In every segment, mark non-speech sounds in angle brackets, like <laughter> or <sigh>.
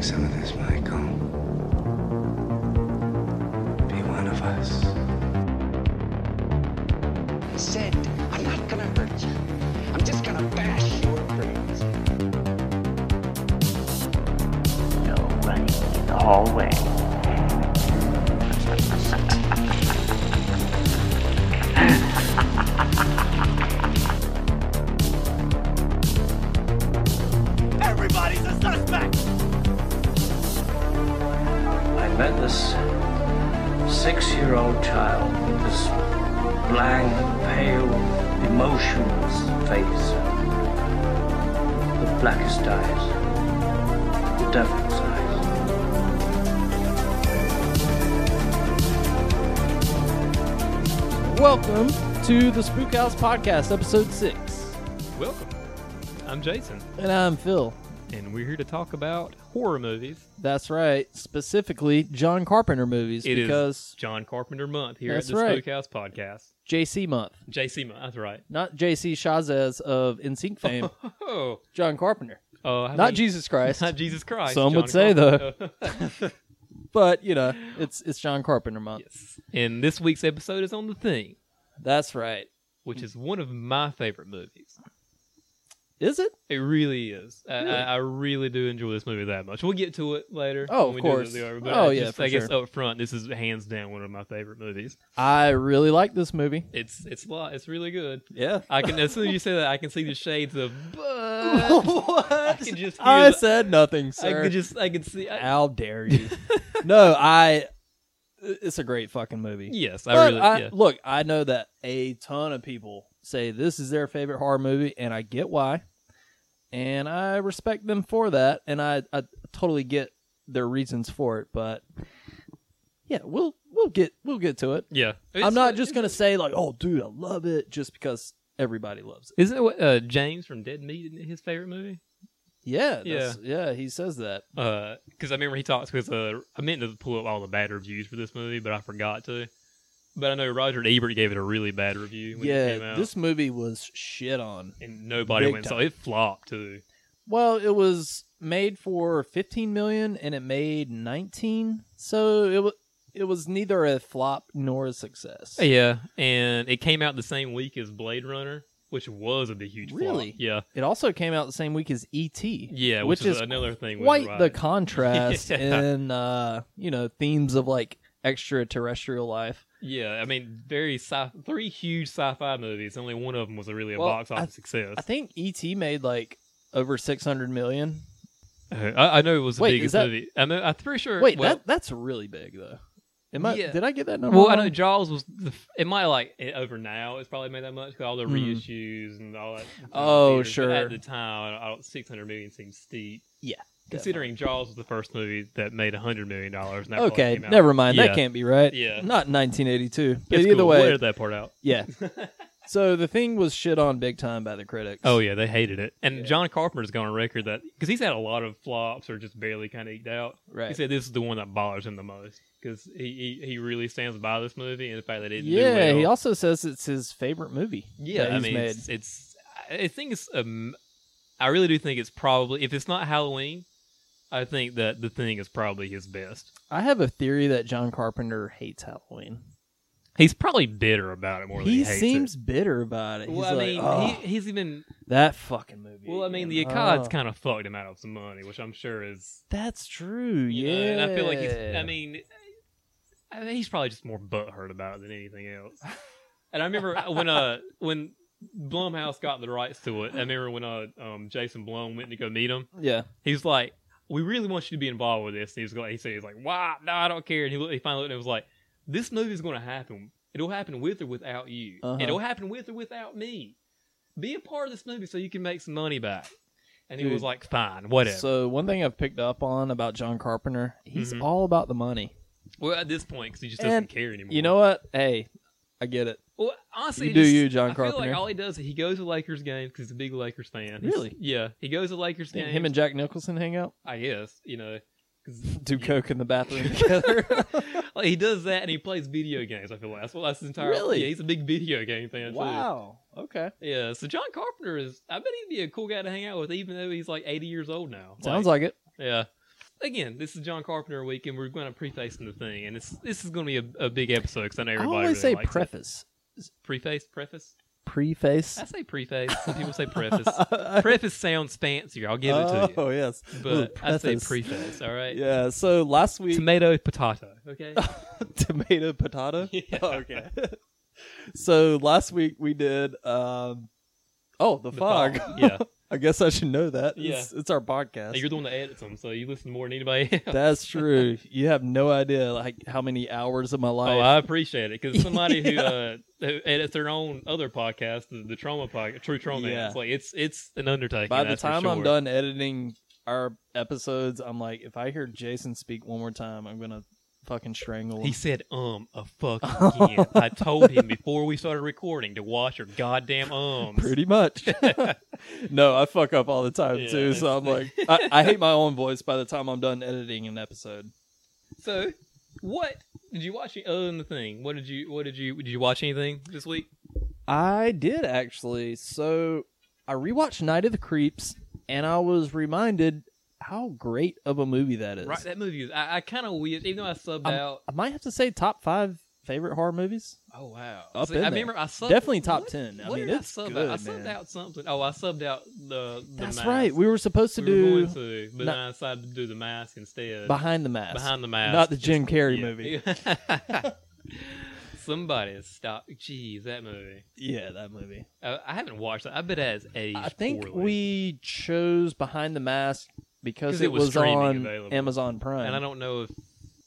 Some of this, Michael. Be one of us. I said, I'm not gonna hurt you. I'm just gonna bash your brains. No running in the hallway. Everybody's a suspect! I met this six-year-old child with this blank, pale, emotionless face, the blackest eyes, the devil's eyes. Welcome to the Spook House Podcast, episode six. Welcome. I'm Jason, And I'm Phil. and we're here to talk about horror movies. That's right, specifically John Carpenter movies It is because John Carpenter month here That's at the right. Spook House podcast. JC month, JC month, that's right. not JC Chazes of NSYNC <laughs> fame, Oh, John Carpenter. oh, I Not mean- Jesus Christ, <laughs> Not Jesus Christ. Some John would say, though. Carpenter. <laughs> but you know, it's it's John Carpenter month. and this week's episode is on the thing, That's right. which is one of my favorite movies. Is it? It really is. I, I, I really do enjoy this movie that much. We'll get to it later. Oh, when of we do course. the other, but Oh, I yeah, just- for I guess sure. up front, this is hands down one of my favorite movies. I really like this movie. It's it's a lot. It's really good. Yeah. I can as soon as you say that, I can see the shades of. But <laughs> I what? can just hear <laughs> I the- said nothing, I sir. could just, I could see. I, How dare <laughs> you? no, I. It's a great fucking movie. yes, I But really. I- yeah. Look, I know that a ton of people say this is their favorite horror movie, and I get why. And I respect them for that, and I, I totally get their reasons for it. But yeah, we'll we'll get we'll get to it. yeah. It's- I'm not just gonna say like, oh, dude, I love it, just because everybody loves it. Isn't it what uh, James from Dead Meat isn't it his favorite movie? Yeah, that's- yeah, He says that. Because I remember he talks because uh, I meant to pull up all the bad reviews for this movie, but I forgot to. But I know Roger Ebert gave it a really bad review when it came yeah, out, this movie was shit on. and nobody big went time. so it flopped too. Well, it was made for 15 million and it made 19, so it was it was neither a flop nor a success. Yeah, and it came out the same week as Blade Runner, which was a big huge flop. Really? Yeah, It also came out the same week as E ET. yeah, which, is, another thing. with quite the Roger. contrast <laughs> Yeah. in uh, you know, themes of like extraterrestrial life. Yeah, I mean, very sci- three huge sci-fi movies. Only one of them was a really a Well, box I- office success. I think ET made like over 600 million. Uh, <laughs> I, I know it was the Wait, is biggest that- movie. I mean, I'm pretty sure. Wait, well, that that's really big though. Am I Yeah. did I get that number? Well, I wrong? know Jaws was. The, f- it might like it, over now. It's probably made that much 'cause all the Hmm. reissues and all that. from Oh, theaters. But sure. At the time, I don't, 600 million seems steep. Yeah, Considering Jaws was the first movie that made 100 million dollars. Okay, never mind. That Yeah. can't be right. Yeah. Not 1982. But It's either cool. way, we'll edit that part out. <laughs> Yeah. so the thing was shit on big time by the critics. Oh yeah, they hated it. And John Carpenter's gone on record that because he's had a lot of flops or just barely kind of eked out. He Right. said this is the one that bothers him the most because he, he he really stands by this movie and the fact that it didn't yeah. do well. He also says it's his favorite movie. yeah, that I he's mean, made. it's, it's I think it's um, I really do think it's probably if it's not Halloween, I think that the thing is probably his best. I have a theory that John Carpenter hates Halloween. He's probably bitter about it more than he, he hates seems It. bitter about it. Well, He's I like, mean, "Oh, he, he's even. that fucking movie. Well, I mean, the again. Akkad's Oh." kind of fucked him out of some money, which I'm sure is That's true. You Yeah. know, and I feel like he's. I mean, I mean, he's probably just more butthurt about it than anything else. And <laughs> I remember when uh when Blumhouse got the rights to it. I remember when uh um Jason Blum went to go meet him. Yeah. He was like, "We really want you to be involved with this." And he was like, he said, "He's like, why? No, I don't care." And he looked, he finally looked and was like, "This movie's going to happen. It'll happen with or without you. Uh-huh. It'll happen with or without me. Be a part of this movie so you can make some money back." And he Dude. was like, "Fine, whatever." So one thing I've picked up on about John Carpenter, he's Mhm. all about the money. well, at this point, because he just doesn't And care anymore. You know what? Hey, I get it. Well, honestly, You it do just- you, John I feel Carpenter. like all he does is he goes to Lakers games because he's a big Lakers fan. He's- Really? yeah, he goes to Lakers Didn't games. him and Jack Nicholson hang out? I guess you know, 'cause- <laughs> <laughs> do coke in the bathroom together. like, he does that and he plays video games. I feel like that's what that's his entire. Really? Yeah, he's a big video game fan. Okay. Too. Yeah, so John Carpenter is. I bet he'd be a cool guy to hang out with, even though he's like eighty years old now. Sounds like it. Yeah. again, this is John Carpenter week, and we're going to preface the thing, and it's this is going to be a, a big episode because I know I everybody always say really likes it. preface. preface, preface. Preface. I say preface. Some people say preface. <laughs> <laughs> preface sounds fancier. I'll give it to you, Oh yes, Ooh, but I say preface. preface. All right. Yeah. So last week, Tomato, potato. Okay. <laughs> tomato <laughs> potato. Yeah. okay. so last week we did. Um, oh, the, <laughs> The fog. Yeah. I guess I should know that. Yeah. It's, it's our podcast. Hey, you're the one that edits them, so you listen more than anybody <laughs> else. That's true. you have no idea like how many hours of my Oh, life. I appreciate <laughs> it because somebody who, uh, who edits their own other podcast, the, the Trauma Podcast, True Trauma, Yeah. it's like it's it's an undertaking. By the that's for time I'm sure. done editing our episodes, I'm like, if I hear Jason speak one more time, I'm gonna fucking strangle <laughs> him. He said, um, <laughs> a fuck again. I told him before we started recording to watch your goddamn <laughs> ums. Pretty much. no, I fuck up all the time Yeah, too. So that's- I'm like, I, I hate my own voice by the time I'm done editing an episode. So, what did you watch any- other than the thing? What did you what did you did you watch anything this week? I did actually. So I rewatched Night of the Creeps, and I was reminded how great of a movie that is. Right, that movie is I, I kind of weird, even though I subbed I'm- out. I might have to say top five favorite horror movies. Oh wow! Up See, in I there. remember I subbed Definitely top what- 10. I what mean, did it's I sub good, out? I subbed man. out something. Oh, I subbed out the. the That's mask. right. We were supposed to We do were going to, but not- then I decided to do the mask instead. Behind the Mask. Behind the mask, Not the Jim Carrey Yeah. <laughs> movie. Somebody stop! Jeez, that movie. Yeah, that movie. Uh, I haven't watched that. I bet it has aged. I think poorly. we chose Behind the Mask because 'Cause it, it was was, streaming on available. Amazon Prime. and I don't know if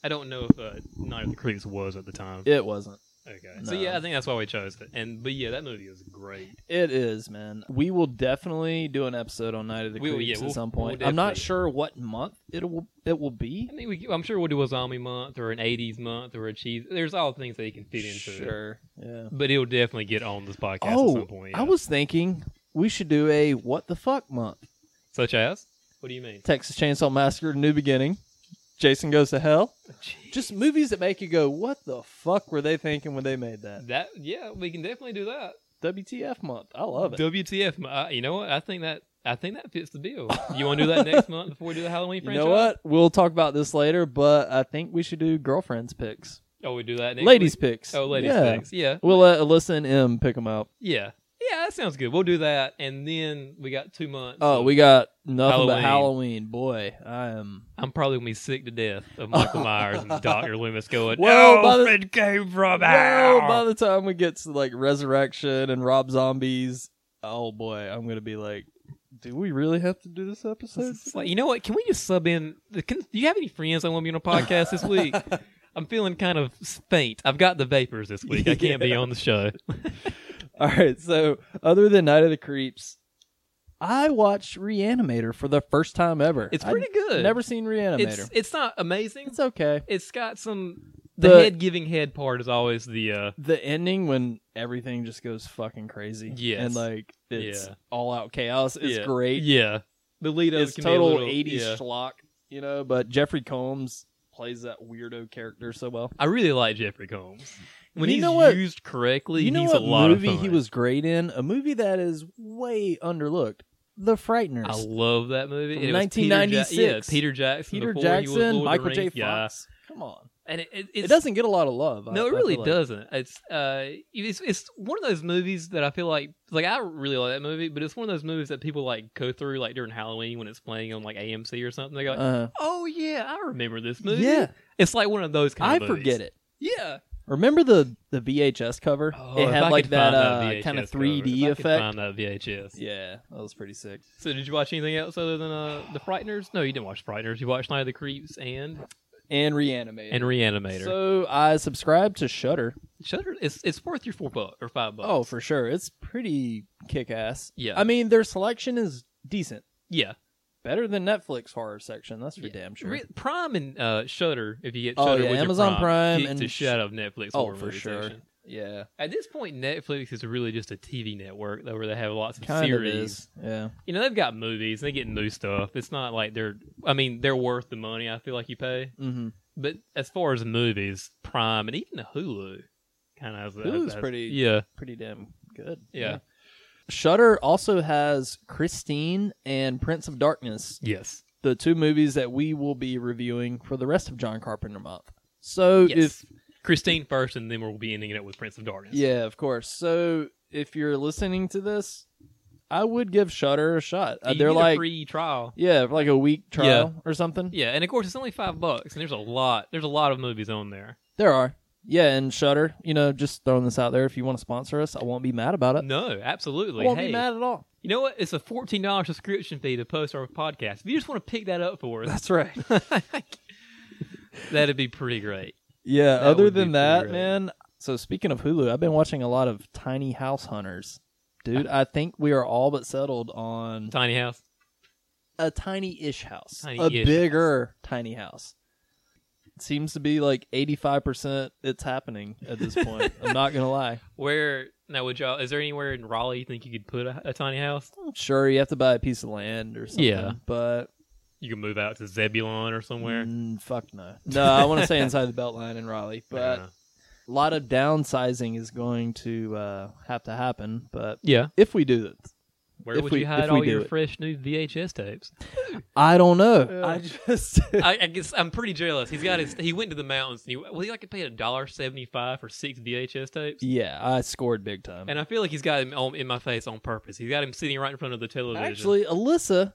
I don't know if uh, Night of the Creeps was at the time. It wasn't. okay, so No. yeah, I think that's why we chose it. And but yeah, that movie is great. It is, man. We will definitely do an episode on Night of the We will, Creeps yeah, at we'll- some we'll point. I'm not definitely- sure what month it will it will be. I think we, I'm sure we'll do a zombie month or an '80s month or a cheese. There's all things that you can fit into it. Sure. Yeah. But it'll definitely get on this podcast at Oh, some point. I yeah. was thinking we should do a what the fuck month. such as. What do you mean? Texas Chainsaw Massacre: New Beginning. Jason Goes to Hell. Jeez. Just movies that make you go, "What the fuck were they thinking when they made that?" That yeah, we can definitely do that. WTF month? I love it. WTF? Uh, you know what? I think that I think that fits the bill. You want <laughs> to do that next month before we do the Halloween You franchise? know what? We'll talk about this later, but I think we should do girlfriends picks, Oh, we do that next ladies week? picks. Oh, ladies yeah. picks. Yeah, We'll let Alyssa and M pick them out. yeah, yeah. That sounds good. We'll do that, and then we got two months. Oh, of- we got nothing but Halloween. Halloween. Boy, I am. I'm probably gonna be sick to death of Michael Myers <laughs> and Doctor Loomis going. Well, Well, by the- Alfred came Well, from by hell." the time we get to like Resurrection and Rob Zombies, oh boy, I'm gonna be like, do we really have to do this episode? It's like, you know what? Can we just sub in? the- Can, do you have any friends that want to be on a podcast this <laughs> week? I'm feeling kind of faint. I've got the vapors this week. I can't be Yeah. on the show. All right, so other than Night of the Creeps, I watched Reanimator for the first time ever. <laughs> It's I'd pretty good. Never seen Reanimator. It's It's, it's not amazing. okay. it's got some. The, The- head giving head part is always the. uh The ending when everything just goes fucking crazy. Yes. And like it's Yeah. all out chaos. It's yeah, great. Yeah, the lead up It's can be a total little- 80s yeah. schlock, you know, but Jeffrey Combs plays that weirdo character so well. I really like Jeffrey Combs. When You he's know what- used correctly, You know he's what a lot movie of fun. he was great in? A movie that is way underlooked. The Frighteners. I love that movie. From And it was Peter 1996. Ja- yeah, Peter Jackson. Peter before he was Jackson, Lord of Michael the J. Rings guy. Fox. Come on. and it, it, It it's- doesn't get a lot of love. I- No, I it really feel like. doesn't. It's uh, it's it's one of those movies that I feel like like I really like that movie, but it's one of those movies that people like go through like during Halloween when it's playing on like AMC or something. They go, like, Uh, "Oh yeah, I remember this movie." Yeah. it's like one of those I kind of. forget it. Yeah, Remember the the VHS cover? Oh, it if had I like could that, find uh, VHS kind of cover, 3D if I could effect. Find that VHS. Yeah, that was pretty sick. So did you watch anything else other than uh, the Frighteners? No, you didn't watch Frighteners. You watched Night of the Creeps and And reanimated. and Reanimator. So I subscribed to Shutter. Shudder, it's it's worth your four bucks or five bucks. Oh, for sure, it's pretty kick ass. Yeah. I mean their selection is decent, yeah, better than Netflix horror section. That's for Yeah. damn sure. Re- Prime and uh, Shutter. If you get Oh, Shutter yeah, with your Amazon Prime Prime kick and the Sh- shit out of Netflix. oh, horror for movie sure. section. Yeah, At this point, Netflix is really just a TV network though, where they have lots of kind of series. is. Yeah, You know, they've got movies. They get new stuff. It's not like they're. I mean, they're worth the money. I feel like you pay. mm-hmm. But as far as movies, Prime and even the Hulu, kind of has that- Hulu's that- pretty- Yeah, pretty damn good. yeah, Shutter also has Christine and Prince of Darkness, yes. the two movies that we will be reviewing for the rest of John Carpenter month. So Yes. if Christine first, and then we'll be ending it up with Prince of Darkness. yeah, of course. So if you're listening to this, I would give Shutter a shot. Uh, You they're get a like free trial. yeah, for like a week trial or something. Yeah, and of course it's only five bucks, and there's a lot. There's a lot of movies on there. There are. Yeah, and Shutter, you know, just throwing this out there. If you want to sponsor us, I won't be mad about it. No, absolutely. Uh, I won't hey, be mad at all. you know what? It's a fourteen dollar subscription fee to post our podcast. If you just want to pick that up <laughs> for us, That's right. that'd be pretty great. Yeah. That other would be than that, great. man. So speaking of Hulu, I've been watching a lot of Tiny House Hunters. Dude, I think we are all but settled on Tiny house. a tiny-ish house, a Tiny-ish bigger tiny house. It seems to be like eighty-five percent. It's happening at this <laughs> point. I'm not gonna lie. Where now would y'all? Is there anywhere in Raleigh you think you could put a, a tiny house? Sure, you have to buy a piece of land or something. Yeah. but You could move out to Zebulon or somewhere. mm, fuck <laughs> no. No, I want to say inside the Beltline in Raleigh, but Uh, a lot of downsizing is going to uh, have to happen. But yeah, if we do this, where If would we- you if hide we all do your it. fresh new <laughs> VHS tapes? I don't know. Yeah. I just <laughs> I, I guess I'm pretty jealous. He's got his. He went to the mountains. And he, well, he like to pay a dollar seventy five for six VHS tapes. yeah, I scored big time. And I feel like he's got him on, in my face on purpose. He's got him sitting right in front of the television. Actually, Alyssa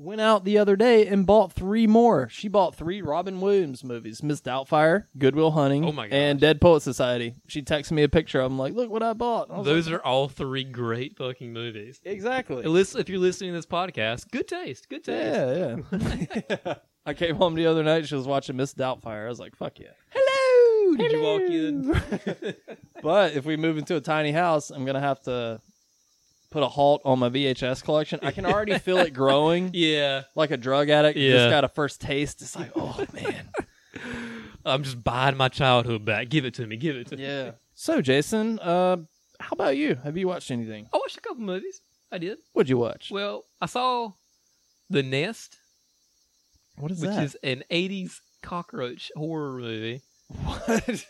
went out the other day and bought three more. She bought three Robin Williams movies: Miss Doubtfire, Goodwill Hunting, Oh my gosh. and Dead Poet Society. She texted me a picture. of them like, look what I bought. I was those are all three great fucking movies. like, exactly. Listen, if you're listening to this podcast, good taste, good taste. Yeah, <laughs> yeah. I came home the other night. She was watching Miss Doubtfire. I was like, fuck yeah. Hello. Did you walk in? <laughs> But if we move into a tiny house, I'm gonna have to put a halt on my VHS collection. I can already feel it <laughs> growing. yeah, Like a drug addict, you just Yeah. got a first taste. It's like, oh man, I'm just buying my childhood back. Give it to me. Give it to me. yeah. So, Jason, uh, how about you? Have you watched anything? I watched a couple movies. I did. What'd you watch? Well, I saw The Nest, What is which is an '80s cockroach horror movie. <laughs> what?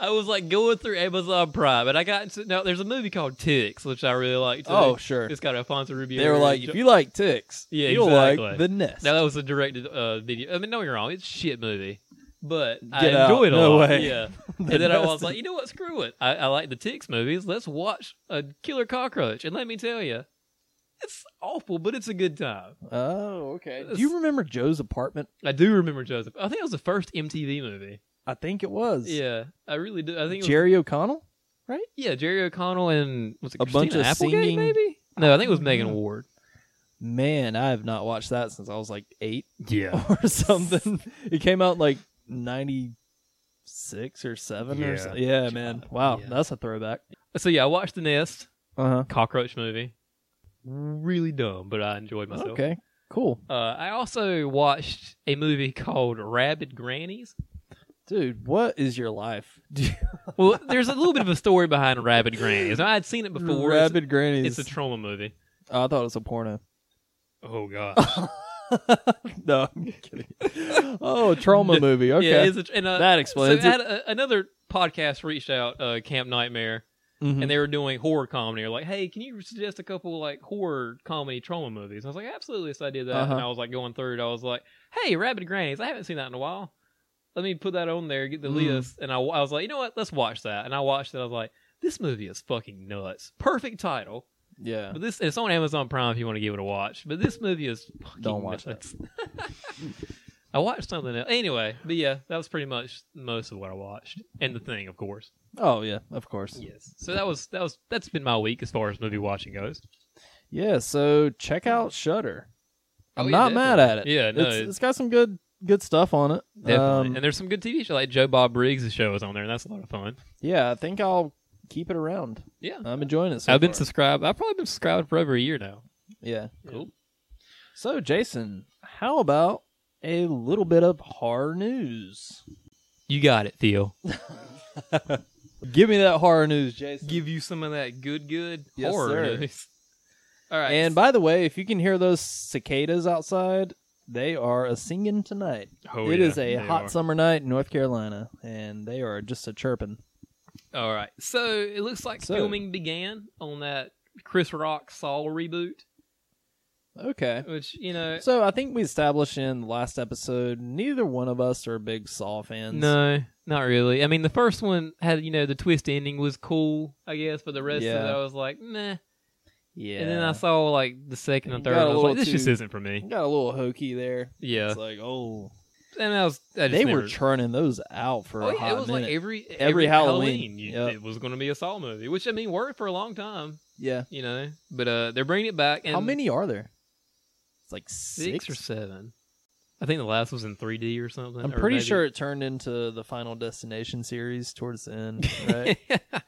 I was like going through Amazon Prime, and I got into now. There's a movie called Ticks, which I really liked. too. oh, sure. it's got Alfonso Rubio. They were like, if you like ticks, Yeah, you'll exactly. like the nest. now that was a directed uh, video. I mean, no, you're wrong. It's a shit movie, but Get I out. enjoyed it a No lot. way. Yeah, <laughs> The and then I Nest was is- like, you know what? Screw it. I, I like the Ticks movies. Let's watch a killer cockroach, and let me tell you, it's awful, but it's a good time. Oh, okay. Do you remember Joe's apartment? I do remember Joseph. I think it was the first MTV movie. I think it was. Yeah, I really do. I think it was Jerry O'Connell. Yeah, Jerry O'Connell and was it A bunch Christina of Applegate, singing- maybe? No, I think it was don't Megan know. Ward. Man, I have not watched that since I was like eight <laughs> Yeah, or something. it came out like ninety six or seven or Yeah. something. Yeah, man. Wow, Yeah. that's a throwback. So yeah, I watched The Nest Uh huh. cockroach movie. Really dumb, but I enjoyed myself. Okay. Cool, Uh, I also watched a movie called Rabid Grannies. dude. What is your life? <laughs> Well, there's a little bit of a story behind Rabid Grannies. Now, I had seen it before. It's- Rabid grannies. It's, a trauma movie. oh, I thought it was a porno. Oh god. <laughs> no, I'm <laughs> kidding. oh, a trauma movie. Okay, Yeah, it's a, and, uh, that so explains I it. had a, another podcast reached out, uh, Camp Nightmare, Mhm. and they were doing horror comedy. They're like, "Hey, can you suggest a couple like horror comedy trauma movies?" And I was like, "Absolutely." So I did that, and Uh-huh. I was like going through it. I was like, "Hey, Rabbit Grannies, I haven't seen that in a while. Let me put that on there, get the Mm. list." And I, I was like, "You know what? Let's watch that." And I watched it. I was like, "This movie is fucking nuts. Perfect title, yeah. but this it's on Amazon Prime if you want to give it a watch. But this movie is fucking Don't watch that. nuts. <laughs> I watched something else. Anyway, but yeah, that was pretty much most of what I watched, and the thing, of course. Oh yeah, of course. Yes. So that was that was that's been my week as far as movie watching goes. Yeah, so check out Shutter. I'm Hmm. Oh, yeah, not mad at it. definitely. Yeah, no, It's- it- it's got some good good stuff on it. Definitely. Um, and there's some good TV shows like Joe Bob Briggs' show is on there, and that's a lot of fun. yeah, I think I'll keep it around. Yeah. I'm enjoying it. So I've been far. subscribed. I've probably been subscribed for over a year now. yeah. Cool. So Jason, how about a little bit of horror news? You got it, Theo. Give me that horror news, Jason. Give you some of that good, good Yes, horror sir. news. All right. and by the way, if you can hear those cicadas outside, they are a singing tonight. oh, it yeah, is a they hot are. summer night in North Carolina, and they are just a chirping. All right. So it looks like So- filming began on that Chris Rock Saw reboot. Okay. Which you know, So I think we established in the last episode neither one of us are big Saw fans. no, not really. I mean, the first one had you know the twist ending was cool, I guess, but the rest of Yeah. it I was like, meh. Yeah. And then I saw like the second and Got third. a and I was little like, this just too- isn't for me. got a little hokey there. Yeah, It's like, oh, and I was. I just they never- were churning those out for Oh, a yeah, hot it was minute. like every Every Halloween. you- Yep. it was going to be a Saw movie, which I mean worked for a long time, yeah. you know. But uh, they're bringing it back. And How many are there? It's like Six, six, or seven. I think the last was in 3D or something. I'm or pretty maybe- sure it turned into the Final Destination series towards the end, <laughs> right? <laughs>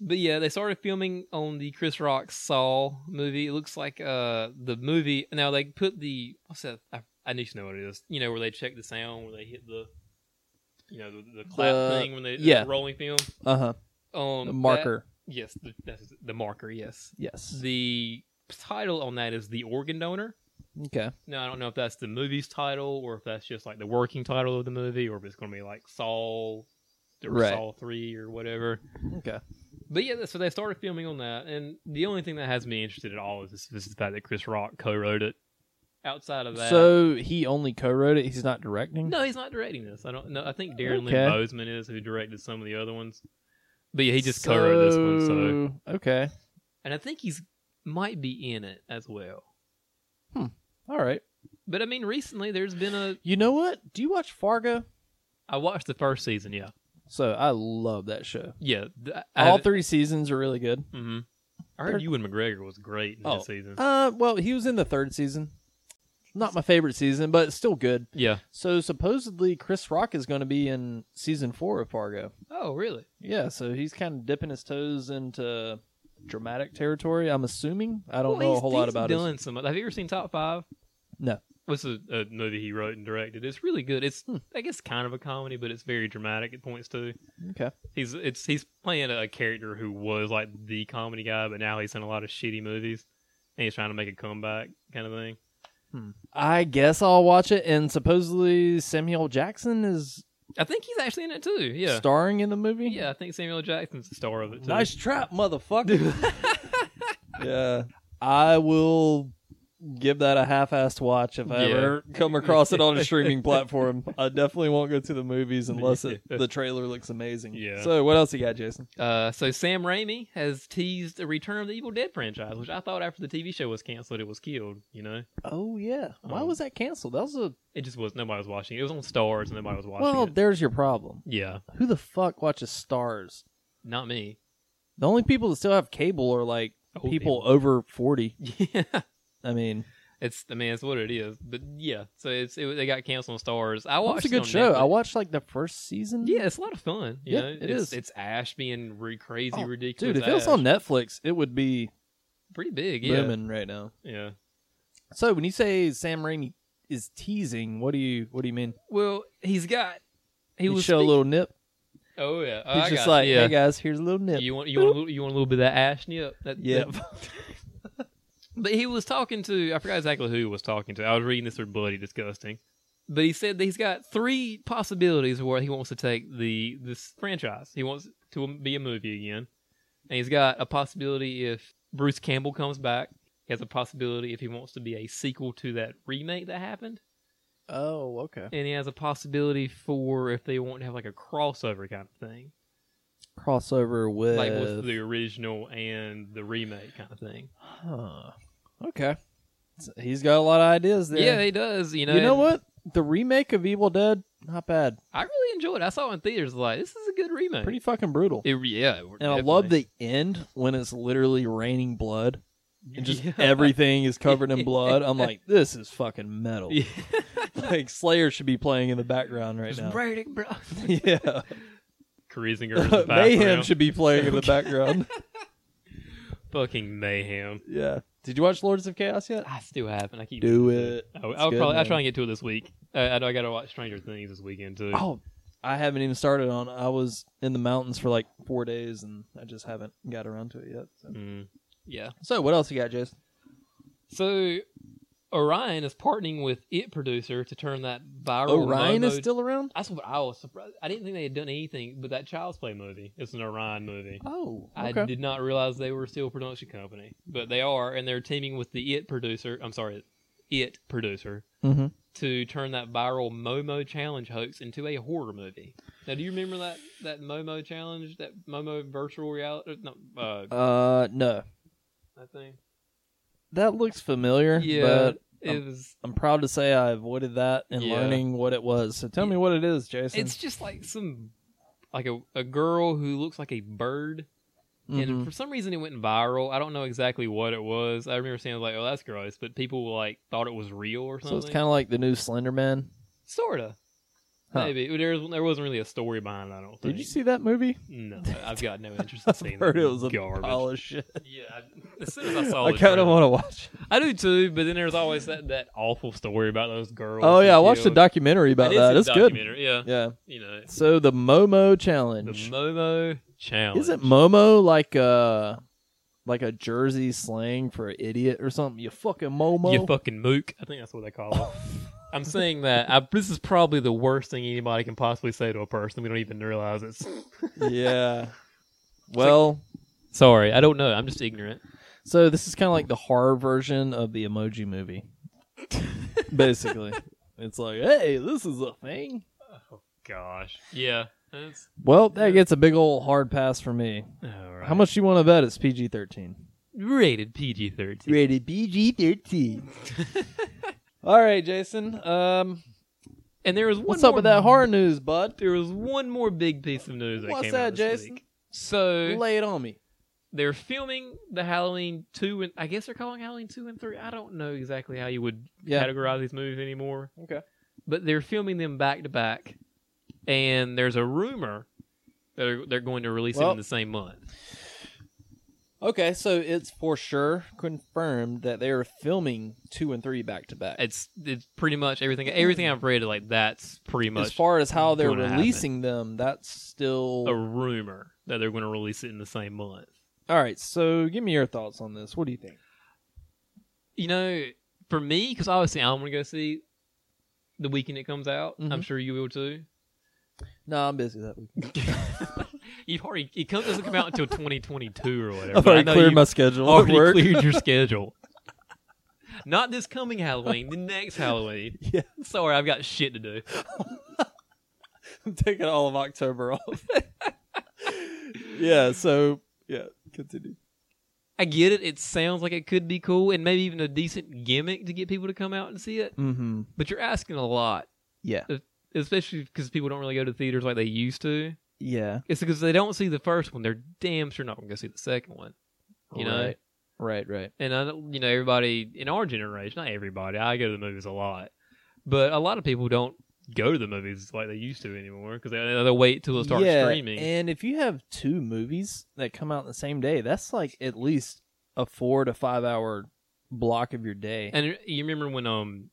but yeah, they started filming on the Chris Rock Saw movie. It looks like uh the movie. Now they put the what's that? I, I need to know what it is. You know where they check the sound, where they hit the, you know the, the clap The- thing when they yeah. the rolling film. uh huh. Um, The that- marker. yes, the, that's the marker. Yes, yes. the title on that is the organ donor. okay. Now I don't know if that's the movie's title or if that's just like the working title of the movie or if it's going to be like Saw or Right. Saw Three or whatever. Okay. But yeah, so they started filming on that, and the only thing that has me interested at all is this, is the fact that Chris Rock co-wrote it. Outside of that, So he only co-wrote it. He's not directing. no, he's not directing this. I don't know. I think Darren Okay. Lynn Bozeman is who directed some of the other ones. But yeah, he just co-wrote this one. So, So- okay. and I think he's might be in it as well. All right. But I mean, recently there's been a. You know what? Do you watch Fargo? I watched the first season. Yeah, So I love that show. yeah. th- I All haven't- three seasons are really good. Mm-hmm. I heard Ewan McGregor was great in Oh. this season. Uh, well, he was in the third season. Not my favorite season, but it's still good. yeah. So supposedly Chris Rock is going to be in season four of Fargo. Oh, really? Yeah, so he's kind of dipping his toes into dramatic territory. I'm assuming. I don't know a whole lot about done it. some. Have you ever seen Top Five? No. What's a, a movie he wrote and directed? It's really good. It's Hmm. I guess kind of a comedy, but it's very dramatic. It points to Okay. he's it's he's playing a character who was like the comedy guy, but now he's in a lot of shitty movies, and he's trying to make a comeback kind of thing. I guess I'll watch it. And supposedly Samuel Jackson is I think he's actually in it too. Yeah, starring in the movie. yeah. I think Samuel Jackson's the star of it too. Nice trap, motherfucker. <laughs> yeah. I will give that a half-assed watch if I Yeah. ever come across it on a streaming <laughs> platform. I definitely won't go to the movies unless it, Yeah. the trailer looks amazing. Yeah. So what else you got, Jason? Uh, so Sam Raimi has teased a return of the Evil Dead franchise, which I thought after the TV show was canceled, it was killed. You know, Oh yeah. Why Um, was that canceled? That was a it just was nobody was watching. It It was on Stars, and nobody was watching. Well, it. there's your problem. yeah, Who the fuck watches stars? not me. <laughs> The only people that still have cable are like Old people over 40. Yeah, I mean, it's I mean it's what it is. But yeah, so it's it, they got canceled on Stars. I watched it's a it good on show. I Netflix. watched like the first season. Yeah, it's a lot of fun. You Yeah, know? it it's, is. It's Ash being re- crazy, Oh, ridiculous. Dude, if it was Ash. on Netflix, it would be pretty big, yeah, booming right now. yeah. So when you say Sam Raimi is teasing, what do you what do you mean? Well, he's got he He was show a speak- little nip. Oh yeah, oh, He's I just got it. like, yeah. hey guys, here's a little nip. You want you want a little, you want a little bit of that ash nip? That, Yeah. that- <laughs> but he was talking to I forgot exactly who he was talking to. I was reading this with Bloody Disgusting. But he said that he's got three possibilities where he wants to take the this franchise. He wants to be a movie again, and he's got a possibility if Bruce Campbell comes back. He has a possibility if he wants to be a sequel to that remake that happened, oh, okay. and he has a possibility for if they want to have like a crossover kind of thing. Crossover with, like with the original and the remake kind of thing. huh. Okay. So he's got a lot of ideas there. Yeah, he does. You know, you know and what? The remake of Evil Dead, not bad. I really enjoyed. it. I saw it in theaters. Like this is a good remake. Pretty fucking brutal. It- yeah, it- and I love definitely. the end when it's literally raining blood and just Yeah. everything is covered <laughs> in blood. I'm like, this is fucking metal. Yeah. <laughs> Like Slayer should be playing in the background right Just now. <laughs> raining, bro. <laughs> yeah, <laughs> Cruising in the Mayhem background. should be playing in the <laughs> background. Fucking mayhem. yeah. Did you watch Lords of Chaos yet? I still haven't. I keep Do meaning to. it. I, will It's probably. good, I'll try man. and get to it this week. Uh, I know I got to watch Stranger Things this weekend too. Oh, I haven't even started on. I was in the mountains for like four days and I just haven't got around to it yet. So, Mm. Yeah. so what else you got, Jason? So Orion is partnering with it producer to turn that viral. Orion Momo- is still around. That's what I was surprised. I didn't think they had done anything, but that Child's Play movie is an Orion movie. Oh, I did not realize they were still a production company, but they are, and they're teaming with the It producer. I'm sorry, It producer hmm to turn that viral Momo challenge hoax into a horror movie. Now, do you remember that that Momo challenge, that Momo virtual reality? No, uh, Uh, no, that thing. that looks familiar. Yeah, but um, it was. I'm proud to say I avoided that and Yeah. learning what it was. So tell me what it is, Jason. It's just like some, like a a girl who looks like a bird Mhm. and for some reason it went viral. I don't know exactly what it was. I remember saying like, "Oh, that's gross," but people like thought it was real or so something. it's kind of like the new Slender Man. sorta, Huh. maybe. But there, was- there wasn't really a story behind. it, I don't think. Did you see that movie? No, <laughs> I've got no interest in I've seeing heard that it was a garbage. pile of shit. <laughs> Yeah, I, as soon as I <laughs> saw I the kind of trailer- want to watch. it. I do too. But then there's always that, that awful story about those girls. Oh who yeah, I watched a killed- documentary about It is that. a It's good. documentary, Yeah, Yeah. you know, it's So the Momo the challenge. Momo challenge. Isn't Momo like a like a Jersey slang for idiot or something? You fucking Momo. You fucking mook. I think that's what they call it. <laughs> I'm saying that I, this is probably the worst thing anybody can possibly say to a person. We don't even realize it's. <laughs> yeah. Well, <laughs> Sorry, I don't know. I'm just ignorant. so this is kind of like the horror version of the Emoji <laughs> Movie. Basically, it's like, hey, this is a thing. Gosh. Yeah. That's, Well, that gets a big old hard pass for me. all right. How much do you want to bet it's PG thirteen? rated PG thirteen? Rated PG thirteen. <laughs> All right, Jason. Um, And there was one. what's more, up with that horror news, bud? There was one more big piece of news. that What's came that, out this Jason? week. So Lay it on me. they're filming the Halloween two and I guess they're calling Halloween two and three. I don't know exactly how you would Yeah. categorize these movies anymore. Okay. But they're filming them back to back, and there's a rumor that they're, they're going to release it Well- in the same month. Okay, so it's for sure confirmed that they are filming two and three back to back. It's it's pretty much everything. Everything I've read, like that's pretty As much far as how they're gonna happen. releasing them, that's still a rumor that they're going to release it in the same month. all right. So, give me your thoughts on this. What do you think? You know, for me, because obviously I'm going to go see the weekend it comes out. I'm Mhm. sure you will too. No, I'm busy that week. You've already it comes doesn't come <laughs> out until 2022 or whatever. I've but I already know cleared you- my schedule. at <laughs> already work. cleared your schedule. Not this coming Halloween, the <laughs> next Halloween. <laughs> Yeah. Sorry, I've got shit to do. I'm taking all of October <laughs> off. yeah. So yeah, continue. I get it. It sounds like it could be cool and maybe even a decent gimmick to get people to come out and see it. Mm-hmm. But you're asking a lot, Yeah. especially because people don't really go to theaters like they used to. Yeah. It's because they don't see the first one. They're damn sure not going to go see the second one. You know? Right. Right. Right. and I, don't- you know, everybody in our generation, not everybody, I go to the movies a lot, but a lot of people don't go to the movies like they used to anymore because they, they'll wait till it starts yeah, streaming. And if you have two movies that come out in the same day, that's like at least a four to five hour block of your day. And you remember when, um,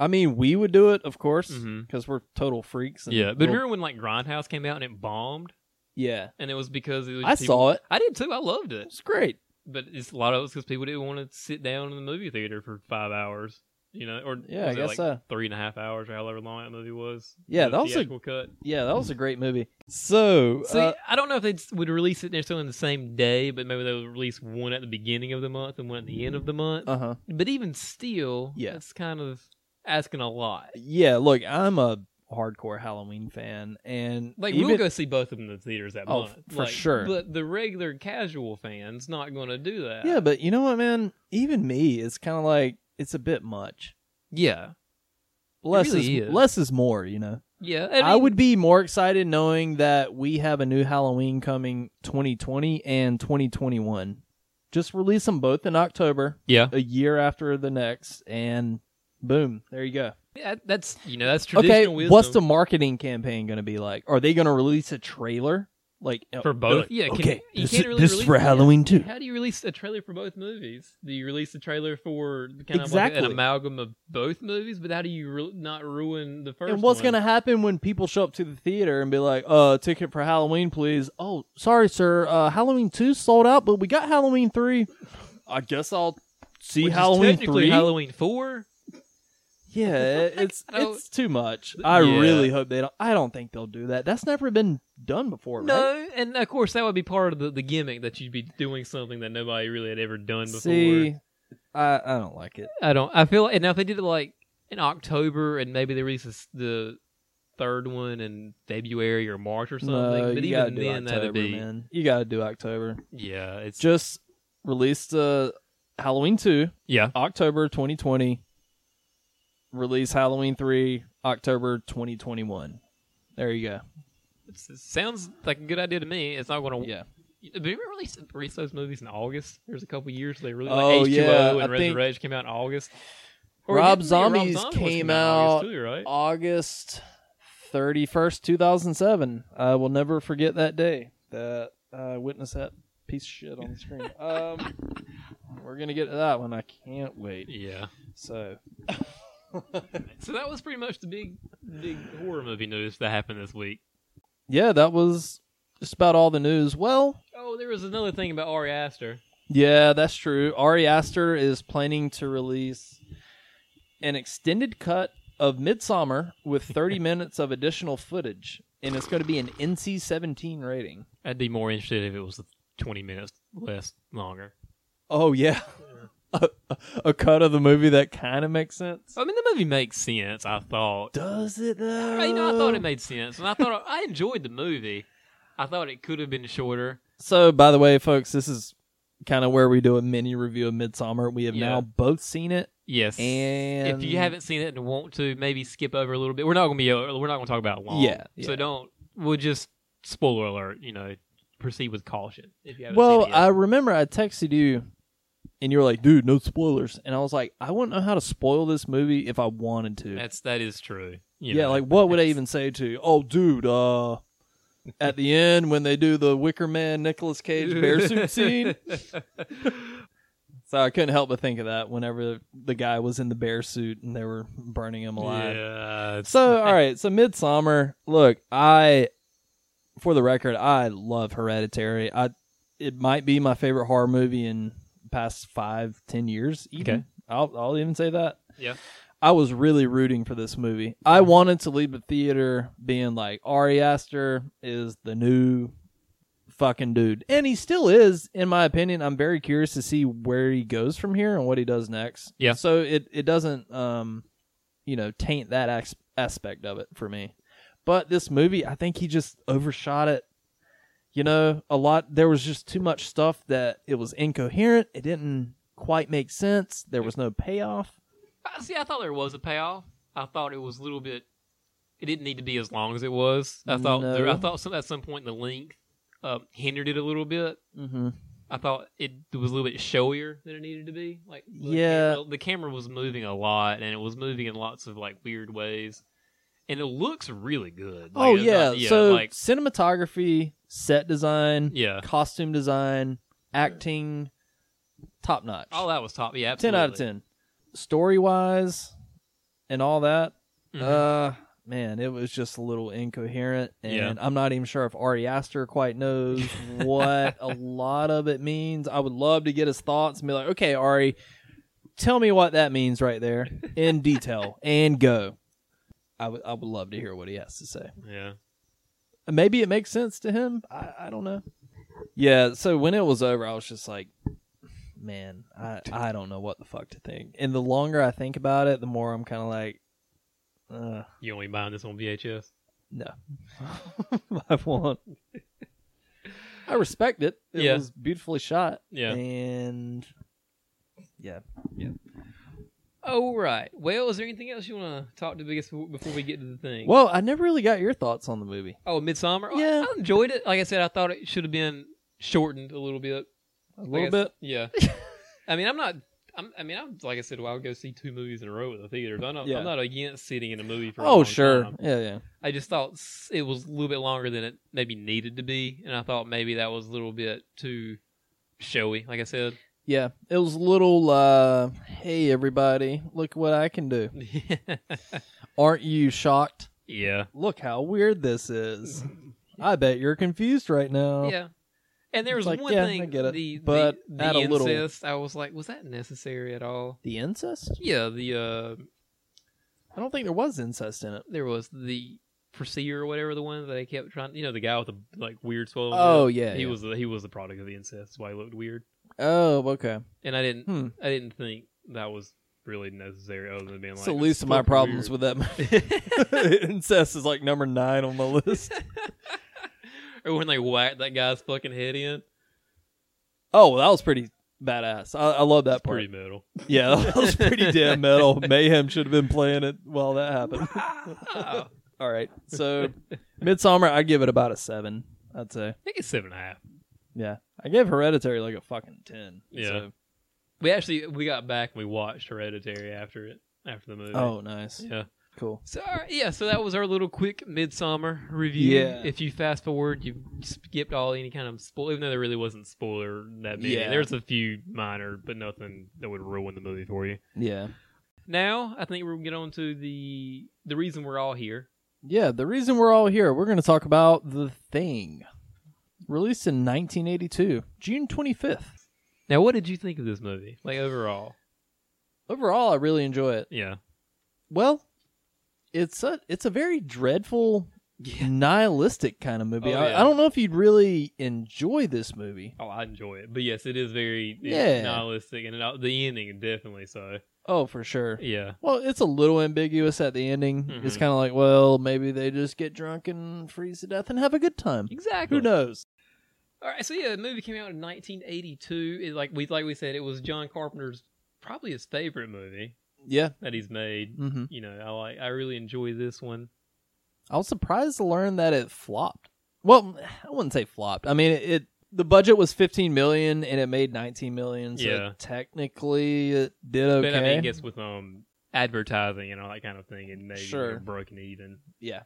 I mean, we would do it, of course, Mhm. because we're total freaks. And yeah, but we'll- remember when like Grindhouse came out and it bombed, yeah, and it was because it was I people- saw it. I did too. I loved it, It's great. but it's a lot of it was because people didn't want to sit down in the movie theater for five hours. You know, or Yeah, I was it, guess like so. three and a half hours or however long that movie was. Yeah, The that was a- theatrical cut. Yeah, that was a great movie. So, See, uh, I don't know if they would release it necessarily on the same day, but maybe they would release one at the beginning of the month and one at the end of the month. uh huh. but even still, Yeah. that's kind of asking a lot. Yeah, look, I'm a hardcore Halloween fan, and Like we'll even- go see both of them in the theaters that Oh, month, f- for Like, sure. But the regular casual fans not going to do that. yeah, but you know what, man? Even me, it's kind of like it's a bit much. yeah, Less really is is. less is more, you know. yeah. I, I mean, would be more excited knowing that we have a new Halloween coming 2020 and 2021. Just release them both in October, Yeah, a year after the next, and boom, there you go. That- that's you know that's traditional Okay, wisdom. what's the marketing campaign going to be like? Are they going to release a trailer? Like uh, For they're both? like, Yeah, can- okay, you this, can't is- really this is release for it. Halloween too. How do you release a trailer for both movies? Do you release a trailer for kind of like Exactly. an amalgam of both movies? But how do you ru- not ruin the first? And what's one? going to happen when people show up to the theater and be like, "Uh, ticket for Halloween, please." Oh, sorry, sir. Uh, Halloween two sold out, but we got Halloween three. I guess I'll see which is Halloween technically three. <laughs> Halloween four. Yeah, it- it's I don't- it's too much. I Yeah. really hope they don't. I don't think they'll do that. That's never been done before. right? No, and of course that would be part of the, the gimmick that you'd be doing something that nobody really had ever done before. See, I I don't like it. I don't. I feel like, and now if they did it like in October and maybe they release this- the third one in February or March or something. no, but Uh, you gotta even do then, October, that'd be man. You gotta do October. yeah. It's Just release the Halloween two, yeah. October 2020. Release Halloween three, October 2021. There you go. It's, it sounds like a good idea to me. It's not going to. Yeah. Did we release release those movies in August? There's a couple years they released. Oh, like H2O yeah, and I think- Resurrection came out in August. Rob didn't- yeah, Zombie's Zombie was came coming in August out- too, right? August 31st, 2007. I will never forget that day that I witnessed that piece of shit on the screen. Um, we're going to get to that one. I can't wait. Yeah. So, So that was pretty much the big big horror movie news that happened this week. yeah, that was just about all the news. Well, Oh, there was another thing about Ari Aster. yeah, that's true. Ari Aster is planning to release an extended cut of Midsummer <laughs> with 30 minutes of additional footage, and it's going to be an NC 17 rating. I'd be more interested if it was twenty minutes less longer. Oh yeah, <laughs> a, a cut of the movie that kind of makes sense. I mean, the movie makes sense. I thought. Oh, Does it though? I, you know, I thought it made sense, and I thought I enjoyed the movie. I thought it could have been shorter. So, by the way, folks, this is kind of where we do a mini review of Midsummer. We have Yeah. now both seen it, Yes. and if you haven't seen it and want to, maybe skip over a little bit. We're not gonna be. We're not gonna talk about it long. Yeah, So yeah. don't. We'll just spoiler alert. You know, proceed with caution. If you haven't well, seen it yet. I remember I texted you, and you were like, "Dude, no spoilers," and I was like, "I wouldn't know how to spoil this movie if I wanted to." that's that is true. You yeah, know, like what would I it's- even say to you? Oh, dude, uh, at the end when they do the Wicker Man Nicolas Cage bear <laughs> suit scene. So I couldn't help but think of that whenever the guy was in the bear suit and they were burning him alive. Yeah. it's- So all right, so Midsummer. Look, I for the record, I love Hereditary. I it might be my favorite horror movie in past five, ten years. Even. Okay. I'll I'll even say that. Yeah. I was really rooting for this movie. I wanted to leave the theater being like Ari Aster is the new fucking dude. And he still is, in my opinion. I'm very curious to see where he goes from here and what he does next. Yeah. So it, it doesn't um you know, taint that as- aspect of it for me. But this movie, I think he just overshot it. You know, a lot there was just too much stuff that it was incoherent. It didn't quite make sense. There was no payoff. Uh, See, I thought there was a payoff. I thought it was a little bit. It didn't need to be as long as it was. I thought. There, I No. thought some, at some point the length uh, hindered it a little bit. Mhm. I thought it was a little bit showier than it needed to be. Like the Yeah. camera, the camera was moving a lot, and it was moving in lots of like weird ways, and it looks really good. Like, oh it's yeah. not- yeah, so like cinematography, set design, yeah, costume design, acting, top notch. all that was top. Yeah, ten out of absolutely. ten. Story wise, and all that. Mhm. Uh, man, it was just a little incoherent, and Yeah. I'm not even sure if Ari Aster quite <laughs> knows what a lot of it means. I would love to get his thoughts and be like, okay, Ari, tell me what that means right there in detail, and go. I would I would love to hear what he has to say yeah. maybe it makes sense to him. I, I don't know. Yeah. So when it was over, I was just like, man, I, I don't know what the fuck to think. And the longer I think about it, the more I'm kind of like, uh, You only buying this on VHS? no, <laughs> I won't. I respect it. It Yeah. was beautifully shot. Yeah. And yeah. Oh right. Well, is there anything else you want to talk to before before we get to the thing? Well, I never really got your thoughts on the movie. Oh, Midsummer. Yeah. I, I enjoyed it. Like I said, I thought it should have been shortened a little bit. A Like little I s- bit. <laughs> Yeah. I mean, I'm not. I'm, I mean, I'm like I said, well, I would go see two movies in a row at the theaters. I'm not. Yeah. I'm not against sitting in a movie for. a Oh, long sure. time. Yeah, yeah. I just thought s- it was a little bit longer than it maybe needed to be, and I thought maybe that was a little bit too showy. Like I said. <laughs> Yeah. It was a little, uh, hey, everybody, look what I can do. Aren't you shocked? yeah. Look how weird this is. I bet you're confused right now. Yeah. And there was It's like, one yeah, thing, I get it, the but the, add the a little- incest, I was like, was that necessary at all? The incest? Yeah, the uh, I don't think there was incest in it. there was the pursuer or whatever the one that they kept trying. You know, the guy with the like weird swollen. Oh, lip? yeah, he yeah. was the, he was the product of the incest. That's why he looked weird. Oh, okay. And I didn't Hmm. I didn't think that was really necessary other than being like It's the least of my problems with that. <laughs> movie. <laughs> incest is like number nine on my list. or when they whacked that guy's fucking head in. Oh, well, that was pretty badass. I, I love that That's part. <laughs> pretty metal. Yeah, that was <laughs> pretty damn metal. Mayhem should have been playing it while that <laughs> happened. Oh, All right, so Midsummer, I give it about a seven. I'd say. I think it's seven and a half. Yeah, I gave Hereditary like a fucking ten. Yeah. so- We actually we got back and we watched Hereditary after it after the movie. Oh, nice. yeah. Cool. So all right, yeah, so that was our little quick midsummer review. Yeah. If you fast forward, you skipped all any kind of spoiler, even though there really wasn't spoiler that many. Yeah. There's a few minor, but nothing that would ruin the movie for you. Yeah. Now I think we're gonna get on to the the reason we're all here. Yeah, the reason we're all here, we're going to talk about The Thing. Released in 1982, June 25th. Now, what did you think of this movie, like overall? Overall, I really enjoy it. Yeah, Well, it's a it's a very dreadful, nihilistic kind of movie. Oh, I, yeah. I don't know if you'd really enjoy this movie. oh, I enjoy it, but yes, it is very it's Yeah. nihilistic, and it, the ending definitely. So Oh, for sure. yeah, Well, it's a little ambiguous at the ending. It's Mhm. kind of like, well, maybe they just get drunk and freeze to death and have a good time. exactly. Who knows? All right, so yeah, the movie came out in 1982. It, like we like we said, it was John Carpenter's probably his favorite movie Yeah. that he's made. Mm-hmm. You know, I like I really enjoy this one. I was surprised to learn that it flopped. Well, I wouldn't say flopped. I mean, it, it the budget was 15 million and it made 19 million. So Yeah. technically, it did okay. But I mean, I guess with um advertising and all that kind of thing, and maybe Sure. sure. broken even. yeah,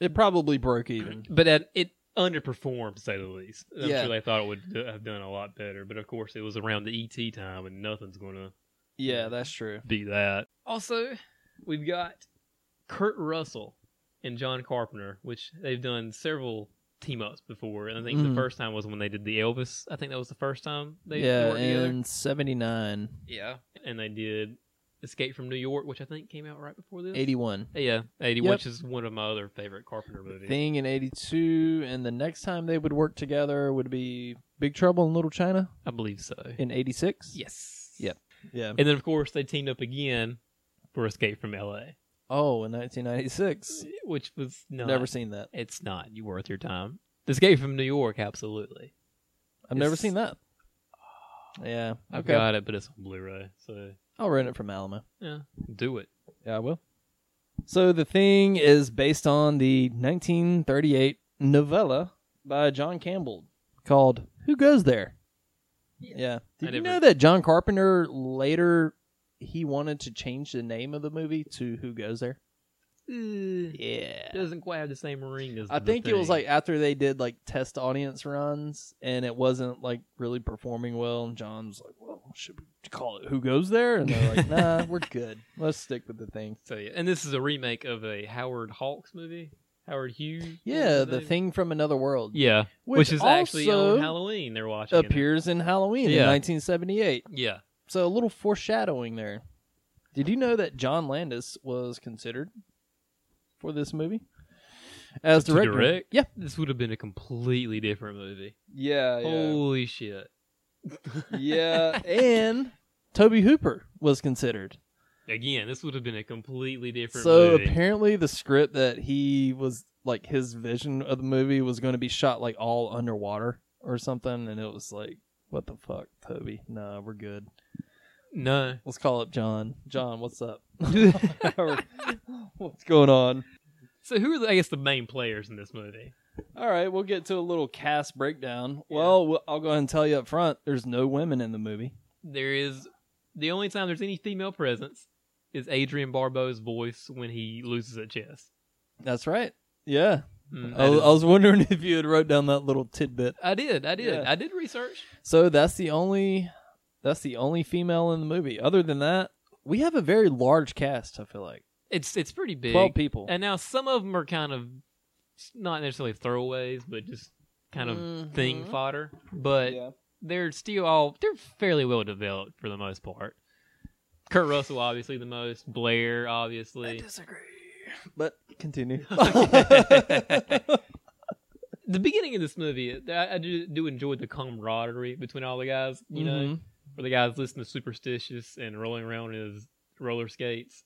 it probably broke even. But that it underperformed, to say the least. I'm Yeah. sure they thought it would do- have done a lot better, but of course it was around the ET time, and nothing's going to Yeah, that's true. beat that. Also, we've got Kurt Russell and John Carpenter, which they've done several team ups before, and I think Mhm. the first time was when they did the Elvis. I think that was the first time they they yeah, worked together. in '79, Yeah, and they did Escape from New York, which I think came out right before this. '81. Yeah, eighty, Yep. which is one of my other favorite Carpenter movies. Thing in '82, and the next time they would work together would be Big Trouble in Little China I believe so. in '86. Yes. Yep. yeah. And then, of course, they teamed up again for Escape from L.A., Oh, in 1996. which was not, Never seen that. It's not you worth your time. The Escape from New York, absolutely. I've never It's- Oh, seen that. Yeah. I've got it, but it's on Blu-ray, so I'll rent it from Alamo. yeah, do it. Yeah, I will. So the thing is based on the 1938 novella by John Campbell called "Who Goes There." Yeah. Did I you never- know that John Carpenter later he wanted to change the name of the movie to "Who Goes There"? yeah, Eh. doesn't quite have the same ring as. I The think it was Thing. like after they did like test audience runs and it wasn't like really performing well, and John's like, "Well, should we call it Who Goes There?" And they're <laughs> like, "Nah, we're good. Let's stick with the thing." So yeah, and this is a remake of a Howard Hawks movie, Howard Hughes. Yeah, what was the his name? thing from another world, Yeah, which, which, is actually on also Halloween. They're watching it. appears in Halloween Yeah. in 1978. Yeah, So a little foreshadowing there. Did you know that John Landis was considered for this movie as To director? direct? Yeah, this would have been a completely different movie. yeah, Holy shit! <laughs> yeah. and <laughs> Toby Hooper was considered. Again, this would have been a completely different so movie. apparently the script that he was like his vision of the movie was going to be shot like all underwater or something and it was like what the fuck toby nah we're good no, let's call up john john what's <laughs> up Or, what's going on so who are the, I guess the main players in this movie? all right we'll get to a little cast breakdown Yeah. well well i'll go ahead and tell you up front there's no women in the movie there is the only time there's any female presence is Adrian Barbeau's voice when he loses at chess. that's right yeah Mm, I, that is- I was wondering <laughs> if you had wrote down that little tidbit I did, I did, Yeah. I did research. So that's the only that's the only female in the movie. Other than that, we have a very large cast, I feel like. It's it's pretty big. 12 people. And now some of them are kind of s- not necessarily throwaways, but just kind of thing fodder, but they're still all they're fairly well developed for the most part. Kurt Russell, obviously, the most. Blair, obviously. disagree. But <laughs> continue. <laughs> The beginning of this movie, I, I do, do enjoy the camaraderie between all the guys. You know, Mhm. where the guys listen to Superstitious and rolling around in his roller skates.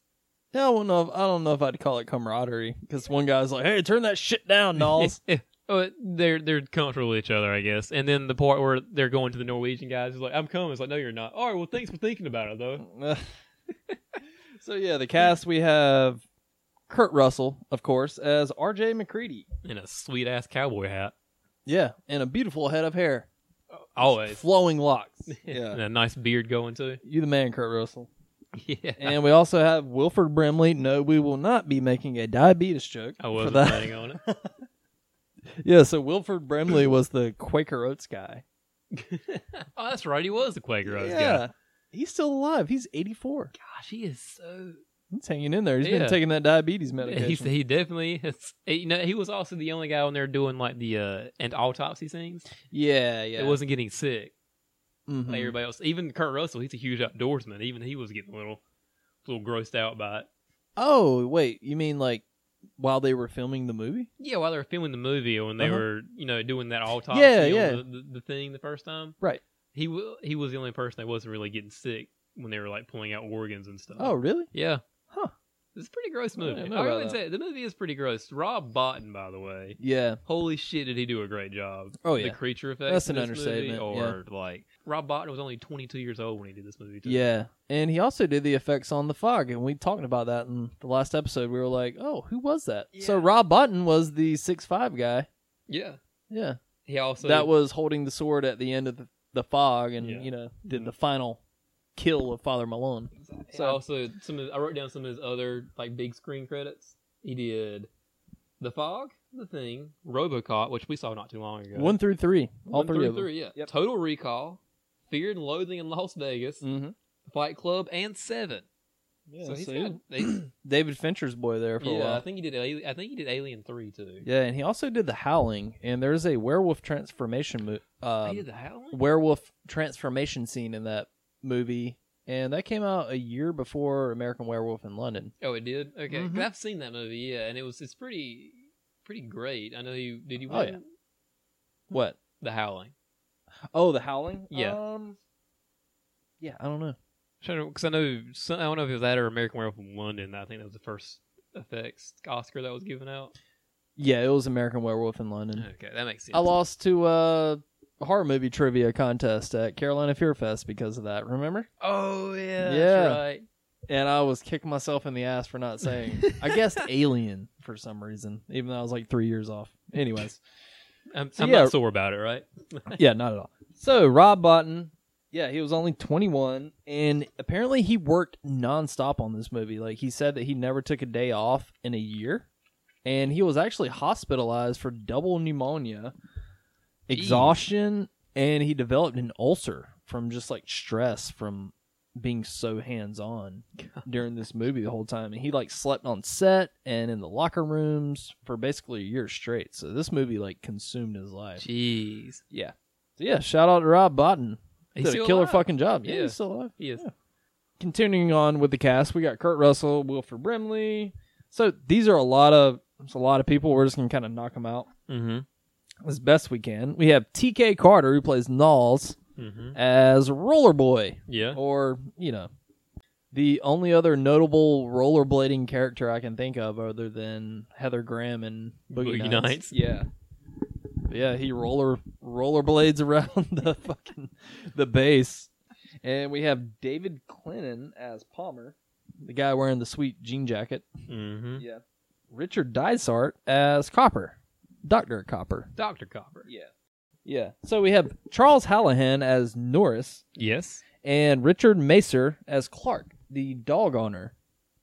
Yeah, I don't know. If, I don't know if I'd call it camaraderie because one guy's like, "Hey, turn that shit down, <laughs> Knowles." Yeah. Oh, they're they're comfortable with each other, I guess. And then the part where they're going to the Norwegian guys is like, "I'm coming." It's like, "No, you're not." All right, well, thanks for thinking about it, though. <laughs> so yeah, the cast we have Kurt Russell, of course, as R.J. McCready. In a sweet ass cowboy hat, Yeah, and a beautiful head of hair, <laughs> always. flowing locks. <laughs> And a nice beard <laughs> going too. you the man, Kurt Russell. Yeah. And we also have Wilford Brimley. No, we will not be making a diabetes joke. I for wasn't that. planning on it. <laughs> Yeah, so Wilford Brimley was the Quaker Oats guy. Oh, that's right. He was a Quaker Oats yeah. guy. He's still alive. He's 84. Gosh, he is so. He's hanging in there. He's Yeah. been taking that diabetes medication. <laughs> He's, he definitely. Is, you know, he was also the only guy on there doing like the uh and autopsy things. yeah, yeah. It wasn't getting sick. Mhm. like everybody else. Even Kurt Russell, he's a huge outdoorsman. Even he was getting a little, little grossed out by it. Oh, wait. You mean like while they were filming the movie? Yeah, while they were filming the movie, when they Uh-huh. were, you know, doing that autopsy Yeah, on yeah. The, the, the thing the first time, Right. he wa he was the only person that wasn't really getting sick when they were like pulling out organs and stuff. Oh, really? yeah, Huh. It's a pretty gross didn't movie. I, know about would that. say the movie is pretty gross. Rob Botton, by the way, Yeah. holy shit, did he do a great job? Oh, the yeah. creature effects. That's in an this movie, understatement, yeah. or like Rob Botton was only twenty two years old when he did this movie. Too. Yeah. And he also did the effects on the fog, and we talked about that in the last episode. We were like, "Oh, who was that?" So Yeah. Rob Button was the six five guy. yeah. Yeah, He also that was holding the sword at the end of the, the fog, and Yeah. Mm-hmm. you know did the final kill of Father Malone. So also some of I wrote down some of his other like big screen credits. He did The Fog, The Thing, RoboCop, which we saw not too long ago. One through three, all One three through of them. yeah. Total Recall, Fear and Loathing in Las Vegas, Mm-hmm. Fight Club, and Seven. Yeah, so he's so got, <clears throat> he's, David Fincher's boy there for a yeah, while. I think he did. Ali- I think he did Alien Three too. yeah, and he also did The Howling, and there's a werewolf transformation mo- he um, did the Howling. werewolf transformation scene in that movie, and that came out a year before American Werewolf in London. Oh, it did. Okay, 'Cause Mhm. I've seen that movie. Yeah, and it was it's pretty pretty great. I know you did. You Oh, win yeah. What? The Howling. Oh, The Howling. Yeah. Um, yeah, I don't know. because I know some, I don't know if it was that or American Werewolf in London. I think that was the first effects Oscar that was given out. Yeah, it was American Werewolf in London. Okay, that makes sense. I lost to uh, a horror movie trivia contest at Carolina Fear Fest because of that. Remember? Oh yeah, Yeah. that's right. And I was kicking myself in the ass for not saying. I <laughs> guessed Alien for some reason, even though I was like three years off. Anyways, I'm, So, I'm yeah. not sore about it, right? <laughs> yeah, not at all. So Rob Botton, yeah, he was only 21, and apparently he worked nonstop on this movie. Like he said that he never took a day off in a year, and he was actually hospitalized for double pneumonia, exhaustion, and he developed an ulcer from just like stress from being so hands on during this movie the whole time. And he like slept on set and in the locker rooms for basically a year straight. So this movie like consumed his life. Jeez, Yeah. So yeah, shout out to Rob Botton. He's Did a still killer alive. fucking job. Yeah, Yeah. he's still alive. he is. Continuing on with the cast, we got Kurt Russell, Wilford Brimley. So these are a lot of it's a lot of people. We're just gonna kind of knock them out Mm-hmm. as best we can. We have T.K. Carter who plays Knolls Mm-hmm. as Roller Boy, Yeah. or you know, the only other notable rollerblading character I can think of other than Heather Graham and Boogie, Boogie Nights. Nights. Yeah. But yeah, he roller rollerblades around <laughs> the fucking the base. And we have David Clinton as Palmer, the guy wearing the sweet jean jacket. Mm-hmm. Richard Dysart as Copper, Doctor Copper. Doctor Copper. Yeah. So we have Charles Hallahan as Norris Yes. and Richard Macer as Clark, the dog owner.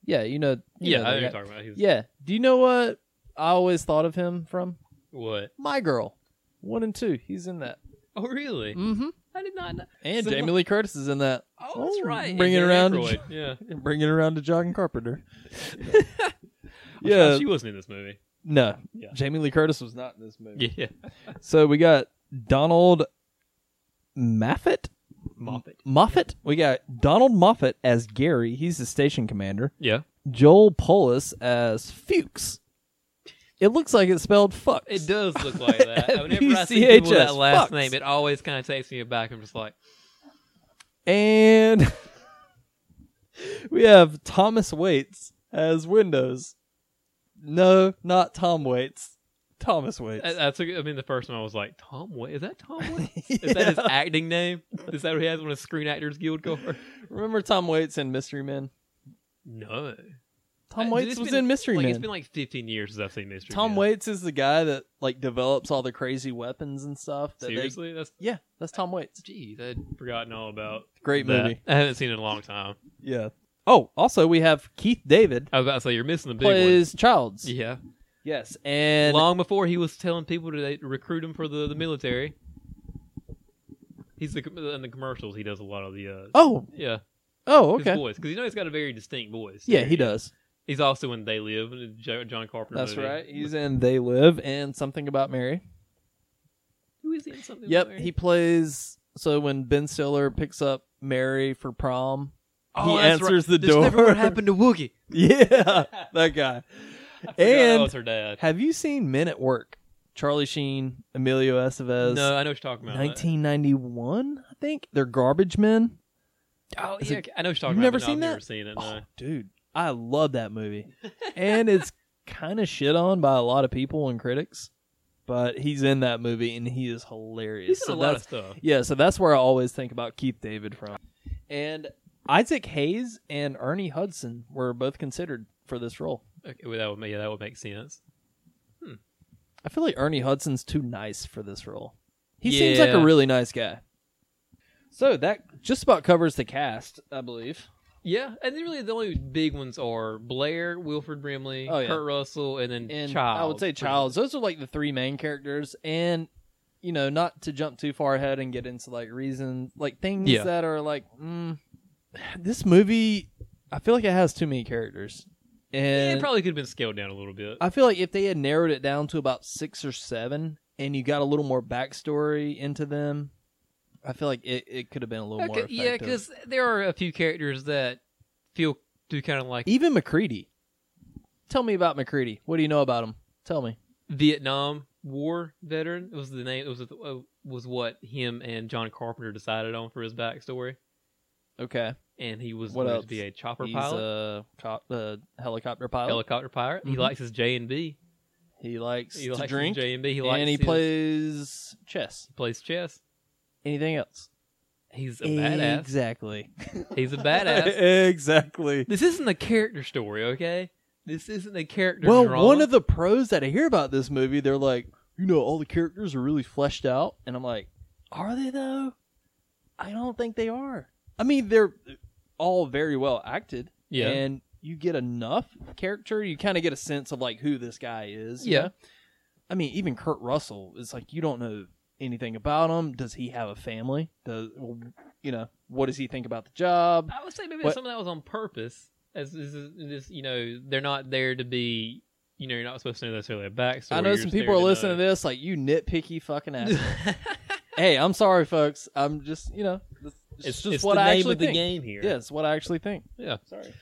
Yeah, you know. you Yeah, know I know that what you're guy. talking about. He was, yeah. Do you know what I always thought of him from? What? My Girl, one and two. He's in that. Oh, really? Mm-hmm. I did not know. And So- Jamie Lee Curtis is in that. Oh, that's Oh, right. bring it Andy around. Aykroyd. Yeah. <laughs> Bringing around to John Carpenter. yeah. yeah, Oh, She wasn't in this movie. No, Yeah. Jamie Lee Curtis was not in this movie. Yeah. So we got Donald Moffat. Moffat. Moffat. We got Donald Moffat as Gary. He's the station commander. Yeah. Joel Polis as Fuchs. It looks like it's spelled fuck. It does look <laughs> like that. Whenever I F U C see H people with S, that last fucks. name, it always kind of takes me aback. I'm just like, And <laughs> we have Thomas Waits as Windows. No, not Tom Waits. Thomas Waits. I, I took. I mean, the first one I was like, Tom. What is that? Tom? <laughs> Waits? Is that his Yeah. acting name? Is that what he has on his Screen Actors Guild card? Remember Tom Waits in Mystery Men? No. Tom Uh, Waits it's was been- in Mystery like, Men. It's been like 15 years since I've seen Mystery. Tom Men. Waits is the guy that like develops all the crazy weapons and stuff. That they- Seriously, that's yeah, that's Tom Waits. geez. I'd forgotten all about. Great that. movie. I haven't seen it in a long time. Yeah. Oh, also we have Keith David I was about to say you're missing the big one. plays Childs. Yeah. Yes, and Long before he was telling people to like, recruit him for the, the military. He's the in the commercials. He does a lot of the. Uh, oh, Yeah. oh, His okay. voice, because you know he's got a very distinct voice. Yeah, he does. He's also in They Live, in the Jo- John Carpenter. That's movie. right. He's in They Live and Something About Mary. Who is he in something? Yep, with Mary? he plays. So when Ben Stiller picks up Mary for prom, Oh, he that's answers right. the This never door. would happen to Wookie. <laughs> yeah, that <laughs> guy. Oh, that And was her dad. have you seen Men at Work? Charlie Sheen, Emilio Estevez. No, I know what you're talking about. 1991, I think. They're garbage men. Oh, Is yeah. it- I know what you're talking You've about. never but no, seen I've that? Never seen it. Oh, No. dude, I love that <laughs> movie. and it's kind of shit on by a lot of people and critics, but he's in that movie and he is hilarious. he's So in a lot of that's- stuff. yeah, so that's where I always think about Keith David from. And Isaac Hayes and Ernie Hudson were both considered for this role. Okay, well, that would make yeah, that would make sense. I feel like Ernie Hudson's too nice for this role. He seems like a Yeah. really nice guy. So that just about covers the cast, I believe. Yeah, and then really the only big ones are Blair, Wilford Brimley, Oh, yeah. Kurt Russell, and then and Childs. I would say Childs. Those are like the three main characters, and you know, not to jump too far ahead and get into like reason, like things Yeah. that are like mm, <sighs> this movie. I feel like it has too many characters, Yeah, and it probably could have been scaled down a little bit. I feel like if they had narrowed it down to about six or seven, and you got a little more backstory into them, I feel like it, it could have been a little more. Okay, yeah, effective. because there are a few characters that feel do kind of like even McCready. Tell me about McCready. What do you know about him? Tell me. Vietnam War veteran. It was the name. It was uh, was what him and John Carpenter decided on for his backstory, Okay, and he was What going else? to be a chopper he's pilot, a cop, uh, helicopter pilot. helicopter pirate. He Mhm. likes his J and B. He likes He to likes drink, J and B. He likes and he his- plays chess. plays chess. Anything else? He's a badass. Exactly. He's <laughs> a badass. exactly. this isn't a character story, okay? This isn't a character. Well, drama. one of the pros that I hear about this movie, they're like, you know, all the characters are really fleshed out, and I'm like, are they though? I don't think they are. I mean, they're all very well acted, yeah. and you get enough character, you kind of get a sense of like who this guy is. you Yeah. know? I mean, even Kurt Russell is like you don't know anything about him. Does he have a family? Does you know what does he think about the job? I would say maybe What- some of that was on purpose. As this is this, you know, they're not there to be. You know, you're not supposed to know necessarily a backstory. I know some people are listening to this like you nitpicky <laughs> fucking ass. this. hey, I'm sorry, folks. I'm just you know this- it's, it's just it's what the I name actually of the think. game here. Yeah, it's what I actually think. Yeah. Sorry.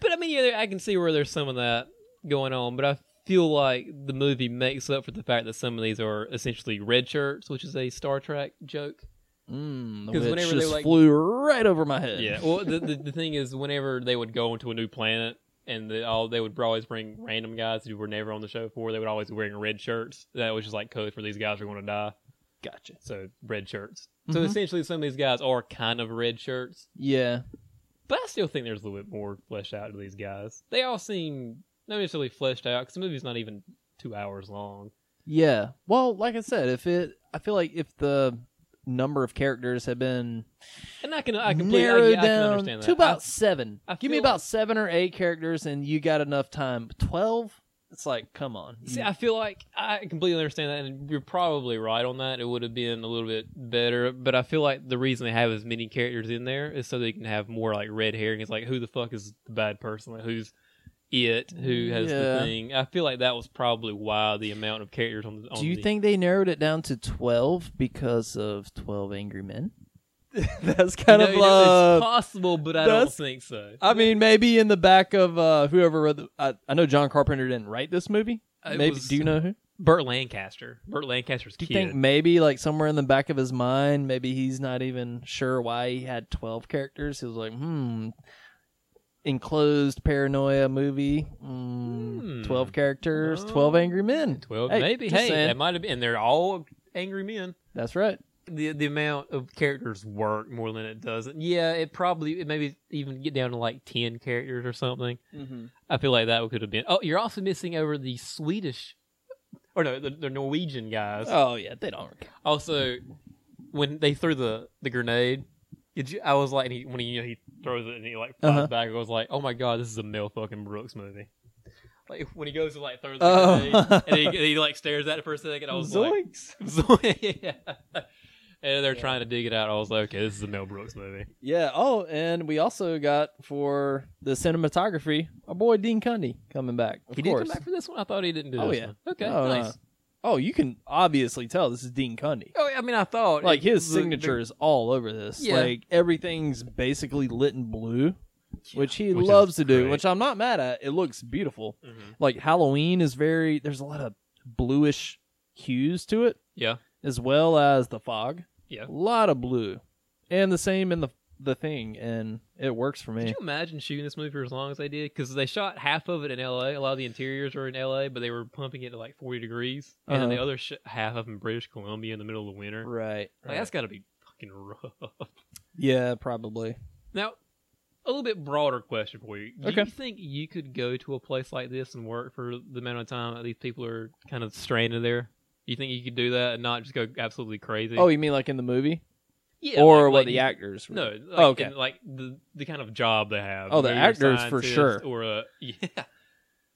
But I mean, yeah, there- I can see where there's some of that going on. But I feel like the movie makes up for the fact that some of these are essentially red shirts, which is a Star Trek joke. Mm, 'Cause which whenever they, just like- flew right over my head. Yeah. <laughs> Well, the, the the thing is, whenever they would go into a new planet. And they all they would always bring random guys who were never on the show before. They would always be wearing red shirts. That was just like code for these guys are going to die. gotcha. so red shirts. So Mhm. essentially, some of these guys are kind of red shirts, Yeah, but I still think there's a little bit more fleshed out to these guys. They all seem not necessarily fleshed out because the movie's not even two hours long. Yeah. Well, like I said, if it, I feel like if the number of characters had been And I can I completely I, narrowed I can down understand that. to about I- seven, I give me feel about like- seven or eight characters, and you got enough time. Twelve, it's like, come on. see, I feel like I completely understand that, and you're probably right on that. It would have been a little bit better, but I feel like the reason they have as many characters in there is so they can have more like red hair. And it's like, who the fuck is the bad person? Like, who's it who has the Yeah. thing. I feel like that was probably why the amount of characters on the. On Do you the- think they narrowed it down to 12 because of 12 Angry Men? <laughs> That's You kind know, of you know, uh, it's possible, but I don't that's- think so. I mean, maybe in the back of uh, whoever wrote the. I, I know John Carpenter didn't write this movie. It maybe was- do you know who? Burt Lancaster, Burt Lancaster's Do you kid. think maybe like somewhere in the back of his mind, maybe he's not even sure why he had twelve characters. He was like, hmm, enclosed paranoia movie, mm, Hmm. twelve characters, No. twelve angry men. Well, Hey, maybe. just Hey, saying. that might have been. And they're all angry men. that's right. The the amount of characters work more than it doesn't. Yeah, it probably it maybe even get down to like ten characters or something. Mm-hmm. I feel like that could have been. Oh, you're also missing over the Swedish, or no, the, the Norwegian guys. Oh yeah, they don't. Also, when they threw the the grenade, did you? I was like, and he, when he you know, he throws it and he like flies Uh-huh. back. I was like, oh my god, this is a Mel fucking Brooks movie. Like when he goes to like throw the Oh. grenade and he, and he like stares at it for a second. I was like, <laughs> Zoinks. yeah. And they're trying to dig it out. I was like, okay, this is a Mel Brooks movie. Yeah. Oh, and we also got for the cinematography our boy Dean Cundy coming back. Of he course. did come back for this one. I thought he didn't do. Oh, this yeah. one. Okay. Oh, nice. no. Oh, you can obviously tell this is Dean Cundy. Oh, I mean, I thought Like his the- the- signature is all over this. Yeah. Like everything's basically lit in blue, which he Which is loves to do, great. which I'm not mad at. It looks beautiful. Mhm. Like Halloween is very there's a lot of bluish hues to it, Yeah, as well as the fog. Yeah. A lot of blue. And the same in the the thing and it works for me. Could you imagine shooting this movie for as long as they did? Because they shot half of it in L.A. A lot of the interiors are in L.A., but they were pumping it to like 40 degrees, and then Uh-huh. the other sh- half of them in British Columbia in the middle of the winter. Right. Like, that's got to be fucking rough. <laughs> Yeah, probably. Now, a little bit broader question for you. Do Okay. you think you could go to a place like this and work for the amount of time that these people are kind of stranded there? You think you could do that and not just go absolutely crazy? Oh, you mean like in the movie? yeah, or what like- like the you- actors were- No, like, Oh, okay. in, like the the kind of job they have. Oh, the Maybe you're a actors for scientist sure. Or a <laughs> yeah,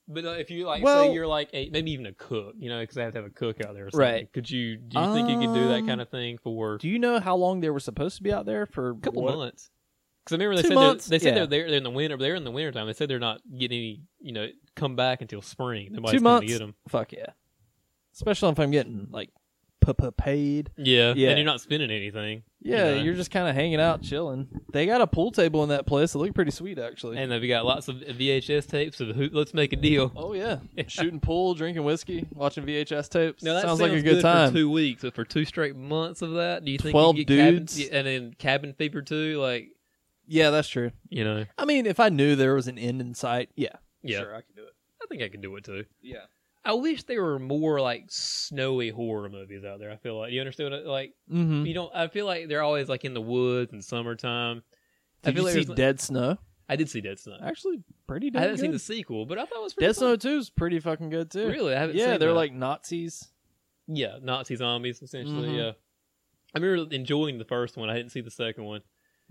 but uh, if you like, Well- say you're like a, maybe even a cook, you know, because they have to have a cook out there. Or something. Right. Could you? Do you think you could do that kind Um, of thing for Do you know how long they were supposed to be out there for a couple what- months? Because I remember they Two said months? they, they said Yeah. they're there they're in the winter, but they're in the winter time. They said they're not getting any, you know, come back until spring. Nobody's Two coming months. to get them. Fuck yeah. Especially if I'm getting like p- paid. Yeah, Yeah. and you're not spending anything, Yeah, Yeah. you're just kind of hanging out, chilling. They got a pool table in that place. It looked pretty sweet, actually. and they've got lots of VHS tapes of who, let's make a deal. oh yeah, <laughs> Yeah. shooting pool, drinking whiskey, watching VHS tapes. Now, that sounds, like a good good, time. For two weeks, but for two straight months of that, do you think 12 you get cabin- dudes? yeah, and then cabin fever too? Like Yeah, that's true. you know, I mean, if I knew there was an end in sight, yeah, yeah, sure, I could do it. I think I could do it too. Yeah. I wish there were more like snowy horror movies out there. I feel like you understand what I- like Mm-hmm. you don't. I feel like they're always like in the woods in summertime. I Did feel you like see there's- Dead Snow? I did see Dead Snow. Actually, pretty. I Damn haven't seen the good. sequel, but I thought it was pretty Dead Snow fun. Two is pretty fucking good too. Really, I haven't. Yeah, seen they're that. like Nazis. yeah Nazi zombies essentially. Mhm. Yeah, I remember enjoying the first one. I didn't see the second one.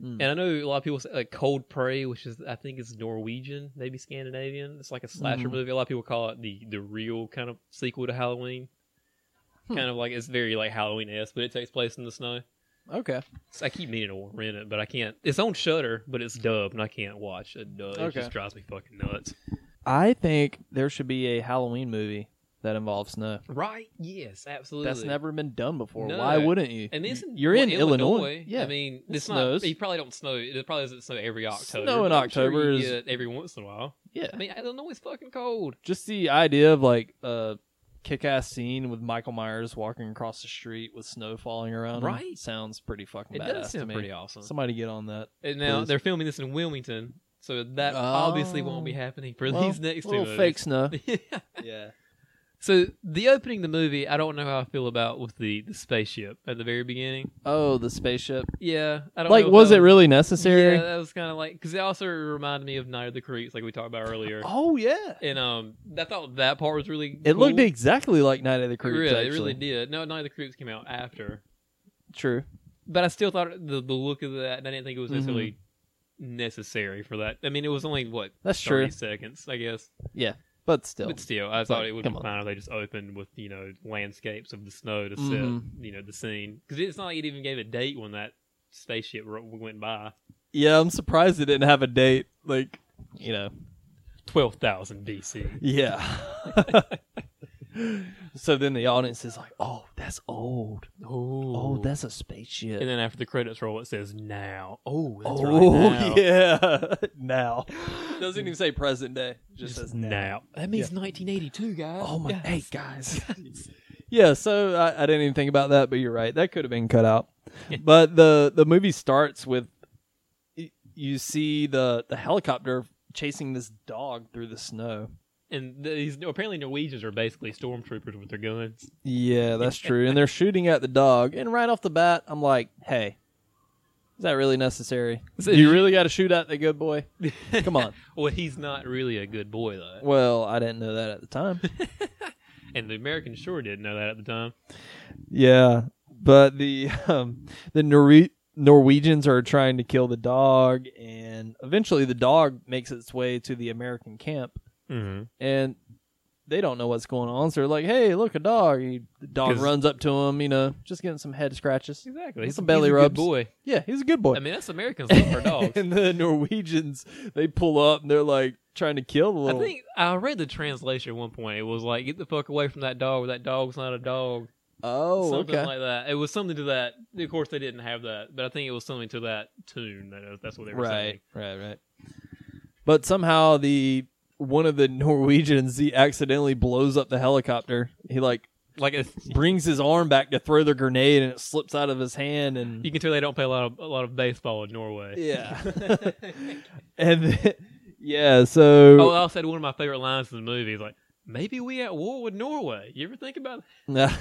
Mm. And I know a lot of people say like Cold Prey, which is I think is Norwegian, maybe Scandinavian. It's like a slasher Mhm. movie. A lot of people call it the the real kind of sequel to Halloween. Hmm. Kind of like it's very like Halloween esque, but it takes place in the snow. Okay. So I keep meaning to rent it, but I can't. It's on Shutter, but it's dubbed, and I can't watch it. Dubbed. It Okay. just drives me fucking nuts. I think there should be a Halloween movie that involves snow. Right? Yes, absolutely. That's never been done before. No. Why wouldn't you? And isn't you're well, in Illinois. Yeah, I mean, it it's snows. not. You probably don't snow. It probably doesn't snow every October. Snow in but I'm sure October you is- get it every once in a while. yeah. I mean, Illinois is fucking cold. Just the idea of like a kick-ass scene with Michael Myers walking across the street with snow falling around, him Right. Sounds pretty fucking It badass does to sound me. pretty awesome. Somebody get on that. and now please. they're filming this in Wilmington, so that obviously Oh. won't be happening for Well, these next two little movies. <laughs> fake snow. Yeah. yeah. So the opening of the movie, I don't know how I feel about with the, the spaceship at the very beginning. Oh, the spaceship. Yeah, I don't Like, know if was that it really necessary? Yeah, that was kind of like because it also reminded me of Night of the Creeps, like we talked about earlier. Oh yeah. And um, I thought that part was really. It looked cool. exactly like Night of the It Creeps. really, actually. it really did. No, Night of the Creeps came out after, True. but I still thought the the look of that, and I didn't think it was Mhm. necessarily Mm-hmm. necessary for that. I mean, it was only what That's 30 true. seconds, I guess. But still. But still, I thought like, it would be come on. fine if they just opened with you know landscapes of the snow to set Mhm. you know the scene because it's not like it even gave a date when that spaceship ro- went by. Yeah, I'm surprised it didn't have a date. Like, you know, twelve thousand BC. Yeah. <laughs> so then the audience is like, "Oh, that's old. Oh, that's a spaceship." And then after the credits roll, it says now. Oh, that's oh right <laughs> now. yeah, now doesn't even say present day. Just says now. now. That means 1982, guys. Oh my, hey guys. <laughs> yeah, so I, I didn't even think about that, but you're right. That could have been cut out. but the the movie starts with y- you see the the helicopter chasing this dog through the snow. And these apparently Norwegians are basically stormtroopers with their guns. Yeah, that's true. and they're shooting at the dog. And right off the bat, I'm like, hey, is that really necessary? You really got to shoot at the good boy? Come on. <laughs> Well, he's not really a good boy though, Well, I didn't know that at the time. and the Americans sure didn't know that at the time. Yeah, but the um, the Nor- Norwegians are trying to kill the dog, and eventually the dog makes its way to the American camp, Mm-hmm. and they don't know what's going on. So they're like, "Hey, look, a dog!" He, the dog 'Cause- runs up to him, you know, just getting some head scratches. Exactly. Some belly a good rubs. boy. Yeah, he's a good boy. I mean, that's Americans <laughs> love for dogs. and the Norwegians they pull up and they're like trying to kill the I little. think I read the translation at one point. It was like, "Get the fuck away from that dog. That dog's not a dog." oh, something okay. like that. It was something to that. Of course, they didn't have that, but I think it was something to that tune. That that's what they were right, right, right. But somehow the one of the <laughs> Norwegians he accidentally blows up the helicopter. He like saying. Like it's, brings his arm back to throw the grenade, and it slips out of his hand. And you can tell they don't play a lot of a lot of baseball in Norway. yeah, <laughs> and then, yeah. So <laughs> Oh, I also had one of my favorite lines in the movie. Is like, maybe we at war with Norway. You ever think about? <laughs> Nah.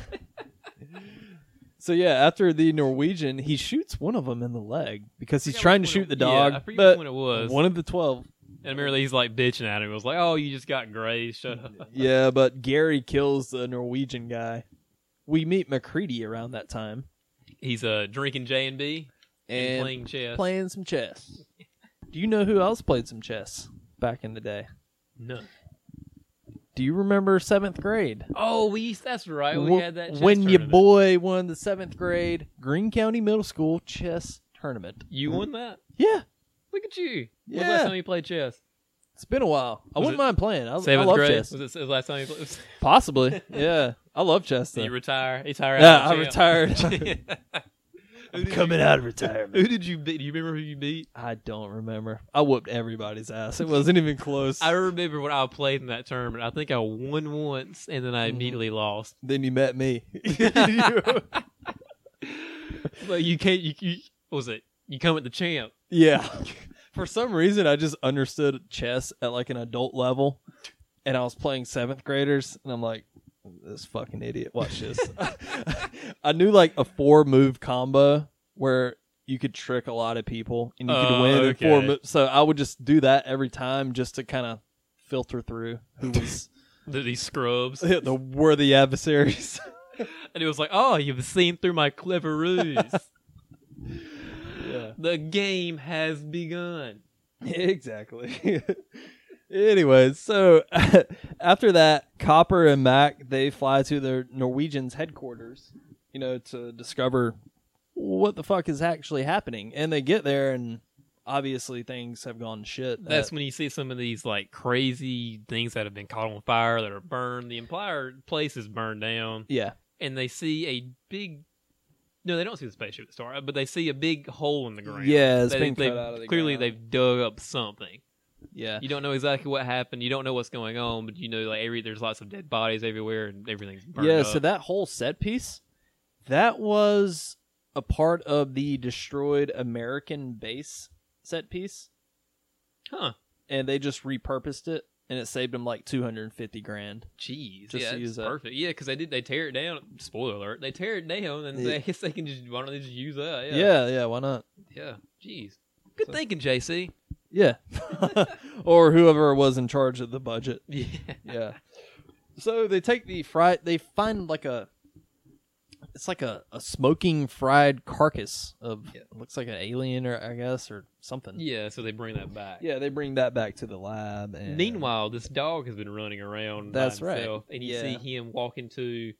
so yeah, after the Norwegian, he shoots one of them in the leg because he's forgot trying to which shoot one the it- yeah, I dog. forget but which one it was. One of the twelve. that? And merely he's like bitching at him. It was like, "Oh, you just got grazed. Shut up." <laughs> Yeah, but Gary kills the Norwegian guy. We meet McCready around that time He's uh, drinking J and B and and playing chess. playing some chess. Do you know who else played some chess back in the day? no. Do you remember seventh grade? Oh, we used, that's right. We Wh- had that. Chess when your tournament. boy won the seventh grade Green County Middle School chess tournament. you won that. Yeah, Look at you. When was the Yeah. last time you played chess? it's been a while. I Was wouldn't it mind playing. I, I Seventh love grade. chess. Was it the last time you played? <laughs> Possibly. Yeah. I love chess So you though. retire. You retire. Yeah, out I of jail. <laughs> retired. Who did Coming you, out of retirement. Who did you beat? Do you remember who you beat? I don't remember. I whooped everybody's ass. It wasn't even close. I remember when I played in that tournament. I think I won once, and then I Mm-hmm. immediately lost. then you met <laughs> me. <laughs> But you can't. You, you what was it? You come at the champ. yeah. <laughs> For some reason, I just understood chess at like an adult level, and I was playing seventh graders, and I'm like, this fucking idiot, watch <laughs> this. I knew like a four move combo where you could trick a lot of people and you could Oh, win in four okay. moves. So I would just do that every time just to kind of filter through who <laughs> was The, these <laughs> scrubs, and the worthy <laughs> adversaries. it was like, oh, you've seen through my clever ruse. <laughs> yeah. the game has begun. Exactly. <laughs> Anyways, so <laughs> after that, Copper and Mac they fly to their Norwegians headquarters, you know, to discover what the fuck is actually happening. And they get there, and obviously things have gone to shit. That's Uh, when you see some of these like crazy things that have been caught on fire that are burned. The entire place is burned down. yeah, and they see a big. No, they don't see the spaceship at the start, but they see a big hole in the ground. Yeah, it's they, been they've- cut out of the clearly ground. they've dug up something. yeah, You don't know exactly what happened. You don't know what's going on, but you know like every there's lots of dead bodies everywhere and everything's burned yeah. up. So that whole set piece, that was a part of the destroyed American base set piece. huh? and they just repurposed it and it saved them like 250 grand Jeez, Just yeah, to that's use that. perfect. Yeah, because they did. They tear it down. Spoiler alert. They tear it down, and Yeah. I guess they <laughs> can just why don't they just use that? yeah Yeah, yeah, why not yeah. Jeez, good thinking, JC. yeah <laughs> or whoever was in charge of the budget Yeah, <laughs> yeah <laughs> so they take the fried they find like a it's like a, a smoking fried carcass of Yeah. looks like an alien or i guess or something yeah. So they bring that back. yeah they bring that back to the lab and Meanwhile, this dog has been running around. by That's right. himself, And you Yeah. see him walk into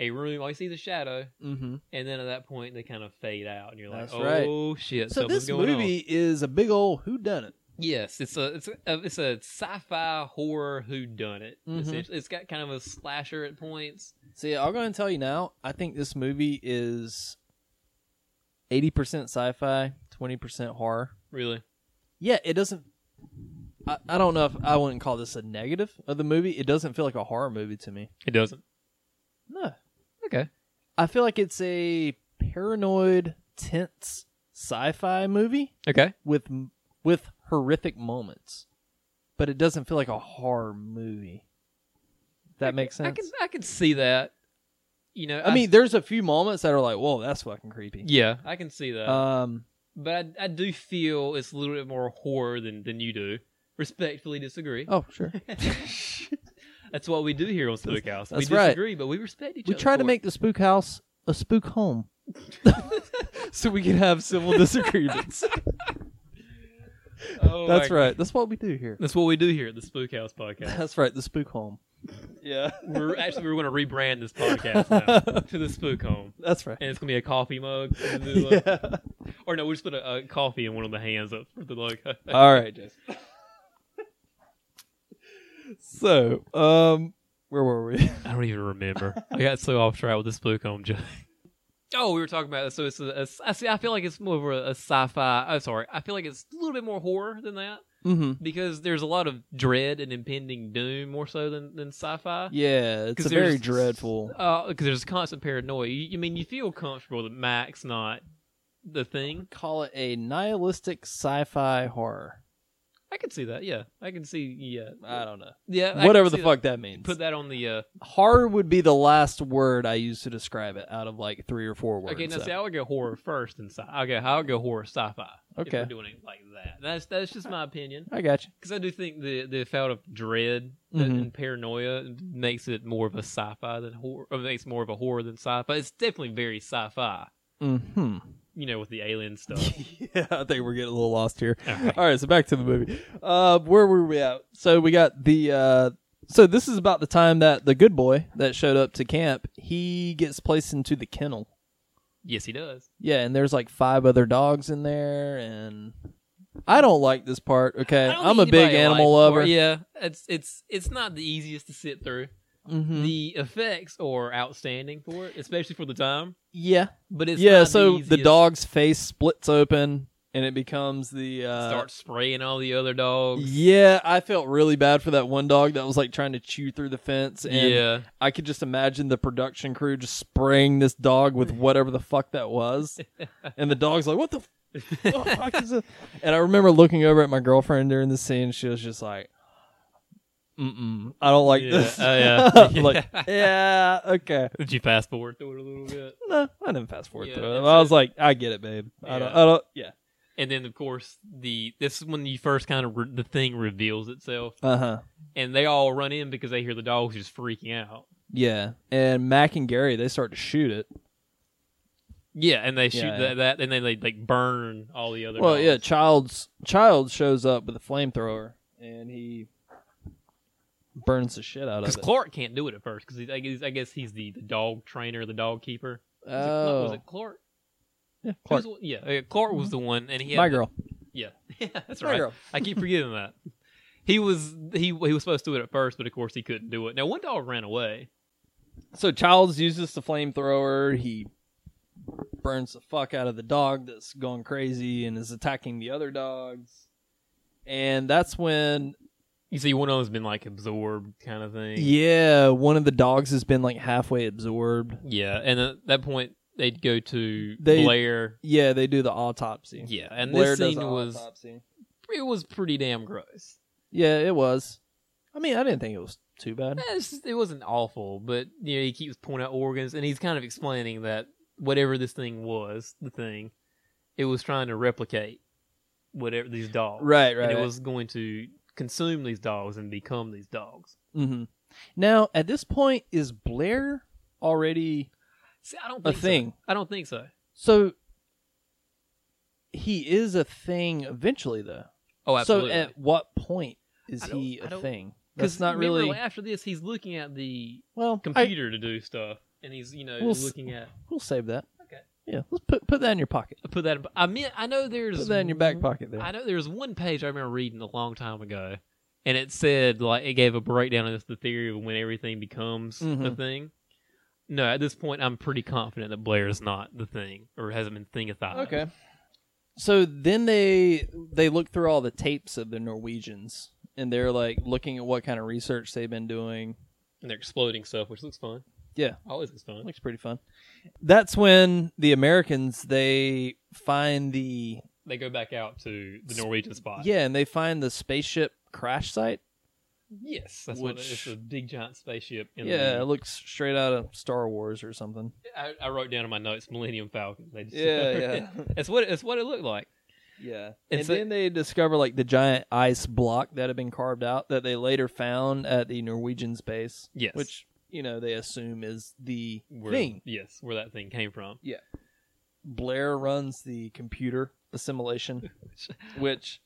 a room. All you see is a shadow. hmm And then at that point, they kind of fade out, and you're like, That's right. "Oh shit!" so something's this going movie is a big old who done it on. Yes, it's a it's a it's a sci-fi horror whodunit. Mhm. Essentially, it's got kind of a slasher at points. See, I'll go ahead and tell you now. I think this movie is eighty percent sci-fi, twenty percent horror. Really, Yeah, it doesn't. I, I don't know if I wouldn't call this a negative of the movie. It doesn't feel like a horror movie to me. it doesn't. No, Okay, I feel like it's a paranoid, tense sci-fi movie okay, with with horrific moments, but it doesn't feel like a horror movie. That makes sense. I can I can see that. You know, I mean, there's a few moments that are like, "Whoa, that's fucking creepy." yeah, I can see that. Um, but I, I do feel it's a little bit more horror than than you do. Respectfully disagree. oh, <laughs> sure. That's what we do here on Civic House. That's we right. disagree, but we respect each We other. try to for it. make the spook house a spook home. <laughs> so we can have <laughs> civil disagreements. Oh That's my- right. That's what we do <laughs> here. That's what we do here at the Spook House podcast. That's right, the spook home. Yeah. we're actually we're going to rebrand this podcast <laughs> now to the Spook Home, That's right. and it's going to be a coffee mug. <laughs> Yeah. Uh, Or no, we just put a, a coffee in one of the hands up for the logo. <laughs> All right, Jess. <laughs> so, um where were we? <laughs> I don't even remember. I got so off track with the Spook Home joke. Oh, we were talking about so it's a, a, I see. I feel like it's more of a, a sci-fi. I'm sorry. I feel like it's a little bit more horror than that mm-hmm. because there's a lot of dread and impending doom more so than than sci-fi. Yeah, it's 'Cause a very there's- dreadful. because there's constant paranoia. You, you mean you feel comfortable that Mac's not the thing? Call it a nihilistic sci-fi horror. I can see that. Yeah, I can see. Yeah, I don't know. yeah, I can Whatever the see fuck that means. That. Put that on the. Uh, horror would be the last word I use to describe it out of like three or four words. okay, now so- see, I would go horror first, and sci- I go, I would go horror sci-fi. if Okay. we're doing it like that. That's that's just my opinion I got you. because I do think the the effect of dread Mhm. and paranoia makes it more of a sci-fi than horror. Or makes more of a horror than sci-fi. It's definitely very sci-fi. <laughs> Mm-hmm. <laughs> You know, with the alien stuff. yeah, I think we're getting a little lost here. All right. All right, so back to the movie. Uh, where were we at? So we got the. Uh, so this is about the time that the good boy that showed up to camp he gets placed into the kennel. Yes, he does. Yeah, and there's like five other dogs in there, and I don't like this part. Okay, I don't I'm a think big anybody animal likes horror. lover. Yeah, it's it's it's not the easiest to sit through. Mhm. The effects are outstanding for it, especially for the time. yeah, But it's yeah. not So the, the easiest. dog's face splits open, and it becomes the uh, starts spraying all the other dogs. Yeah, I felt really bad for that one dog that was like trying to chew through the fence, and yeah, I could just imagine the production crew just spraying this dog <laughs> with whatever the fuck that was, and the dog's like, "What the fuck is this?" And I remember looking over at my girlfriend during the scene; she was just like, "Mm-mm, I don't like Yeah, this." oh, <laughs> yeah. <laughs> I'm like, yeah, okay. Did you fast forward through it a little bit? No, I didn't fast forward Yeah, through it. that's I it. was like, I get it, babe. I don't. Yeah. I don't. Yeah. And then, of course, the this is when you first kind of re- the thing reveals itself, Uh huh. and they all run in because they hear the dogs just freaking out. Yeah. And Mac and Gary they start to shoot it. Yeah, and they shoot Yeah, yeah. that, that, and then they like burn all the other. Well, dogs. yeah, Child's Child shows up with a flamethrower and he burns uh, the shit out of Because it. Clark can't do it at first because I guess, I guess he's the, the dog trainer, the dog keeper. Was it- no, oh, was it Clark? yeah, Who was Clark, the one- yeah, uh, Clark was the one, and he had my the- girl. yeah, <laughs> yeah, that's My right. girl. I keep forgetting that. He was he he was supposed to do it at first, but of course he couldn't do it. Now one dog ran away. So Childs uses the flamethrower. He burns the fuck out of the dog that's going crazy and is attacking the other dogs. And that's when, You see, one of them's been like absorbed, kind of thing. yeah, one of the dogs has been like halfway absorbed. Yeah, and at that point they'd go to They- Blair. Yeah, they do the autopsy. Yeah, and Blair this does scene the was autopsy. it was pretty damn gross. Yeah, it was. I mean, I didn't think it was too bad. Eh, it's just- it wasn't awful, but you know he keeps pointing out organs, and he's kind of explaining that whatever this thing was, the thing, it was trying to replicate whatever these dogs, Right, right. And it right. was going to consume these dogs and become these dogs. Mm-hmm. Now, at this point, is Blair already See, I don't a think so. thing? I don't think so. So he is a thing eventually, though. Oh, So at what point is I don't- he I a don't- thing? That's because not really after this, he's looking at the well. I, computer to do stuff, and he's you know We'll s- looking at we'll save that. Okay. Yeah, let's put put that in your pocket. Put that. In, I mean, I know there's Put that in your back pocket there. I know there was one page I remember reading a long time ago, and it said like it gave a breakdown of the theory of when everything becomes the Mhm. thing. No, at this point, I'm pretty confident that Blair is not the thing or hasn't been thingified. Okay. So then they they look through all the tapes of the Norwegians and they're like looking at what kind of research they've been doing. and they're exploding stuff, which looks fun. Yeah. Always looks fun. Looks pretty fun. That's when the Americans they find the They go back out to the Norwegian spot. yeah, and they find the spaceship crash site. Yes, that's what it- Which- it's a big giant spaceship. In yeah, the, it looks straight out of Star Wars or something. I, I wrote down in my notes Millennium Falcon. They just, <laughs> yeah. it's what it's what it looked like. Yeah. And And, so- then they discover like the giant ice block that had been carved out that they later found at the Norwegian's base. Yes. Which, you know, they assume is the Where, thing. Yes, where that thing came from. Blair runs the computer <laughs> assimilation, which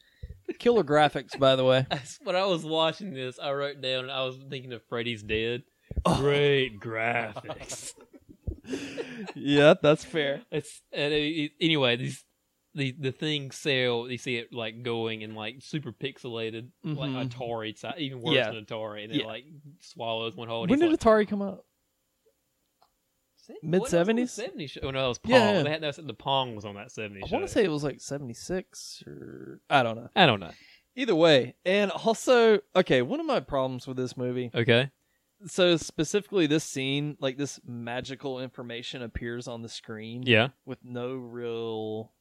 killer graphics, by the way. That's when I was watching this, I wrote down. I was thinking of Freddy's Dead. Oh. Great <laughs> graphics. yeah, that's fair. it's and it- it- anyway these. The, the thing sell you see it like going and like super pixelated like Mhm. Atari si- even worse Yeah. than Atari and it Yeah. like swallows one whole. and When he's did like, Atari come out? mid- 70s? seventies. Oh no, that was Pong. Yeah, yeah. They had that, the Pong was on that seventies. I want to say it was like 76 or I don't know. I don't know. Either way, and also, okay, one of my problems with this movie Okay, so specifically this scene like this magical information appears on the screen yeah, with no real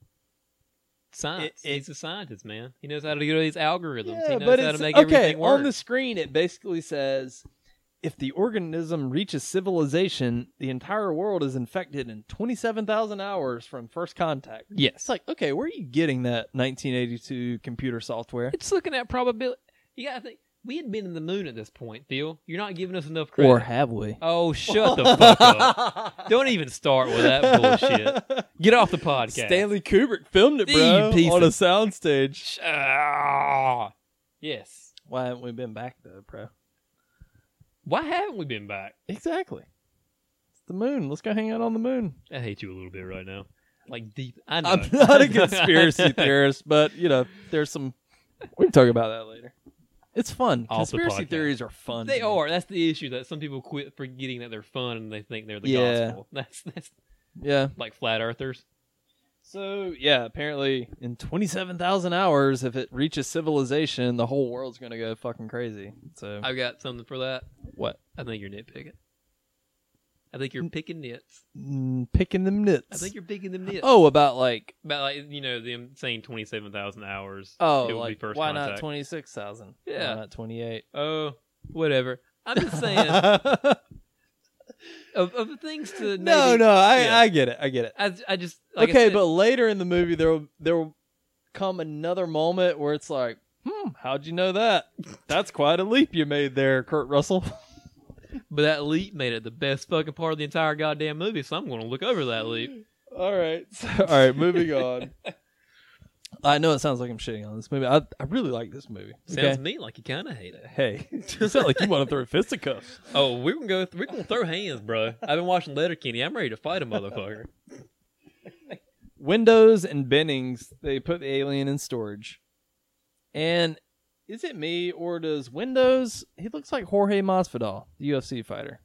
science. It- it- He's a scientist, man. He knows how to do these algorithms. he Yeah, knows how to make everything work. on the screen it basically says if the organism reaches civilization the entire world is infected in 27,000 hours from first contact yes, it's like okay where are you getting that 1982 computer software <laughs> it's looking at probability. You gotta think we had been in the moon at this point, Phil. You're not giving us enough credit. or have <laughs> we <laughs> oh, shut the fuck up! Don't even start with <laughs> that <laughs> bullshit. Get off the podcast. Stanley Kubrick filmed it, You bro, piece on a of- soundstage. Sh- ah. Yes. Why haven't we been back though, bro? Why haven't we been back? Exactly. It's the moon. Let's go hang out on the moon. I hate you a little bit right now. Like deep. I know. I'm <laughs> not a <laughs> <laughs> conspiracy theorist, but you know, there's some. We can talk about that later. It's fun. Off the conspiracy podcast. theories are fun. They man. are. That's the issue that some people quit forgetting that they're fun and they think they're the Yeah. gospel. <laughs> That's that's Yeah. like flat earthers. So yeah, apparently in 27,000 hours, if it reaches civilization, the whole world's gonna go fucking crazy. So I've got something for that. what? I think you're nitpicking. I think you're picking nits. Mm, picking them nits. I think you're picking them nits. Oh, about like about like you know them saying twenty seven thousand hours. oh, it would like be first why not contact. 26,000? Yeah. Why not <laughs> 28? Oh, whatever. I'm <laughs> just saying no, of, of things to maybe- no, I, yeah. I get it. I get it. I, I just like I okay, said- but later in the movie, there will there will come another moment where it's like, hmm, how'd you know that? That's quite a leap you made there, Kurt Russell. <laughs> but that leap made it the best fucking part of the entire goddamn movie. So I'm going to look over <laughs> that leap. all right, so, all right, moving <laughs> on. I know it sounds like I'm shitting on this movie. I I really like this movie. Sounds to me like you kind of hate it. <laughs> Hey, you sound like you want to throw fisticuffs. Oh, we're gonna go. We're gonna throw hands, bro. I've been watching Letterkenny. I'm ready to fight a motherfucker. Windows and Bennings, they put the alien in storage. And is it me or does Windows? He looks like Jorge Masvidal, the UFC fighter.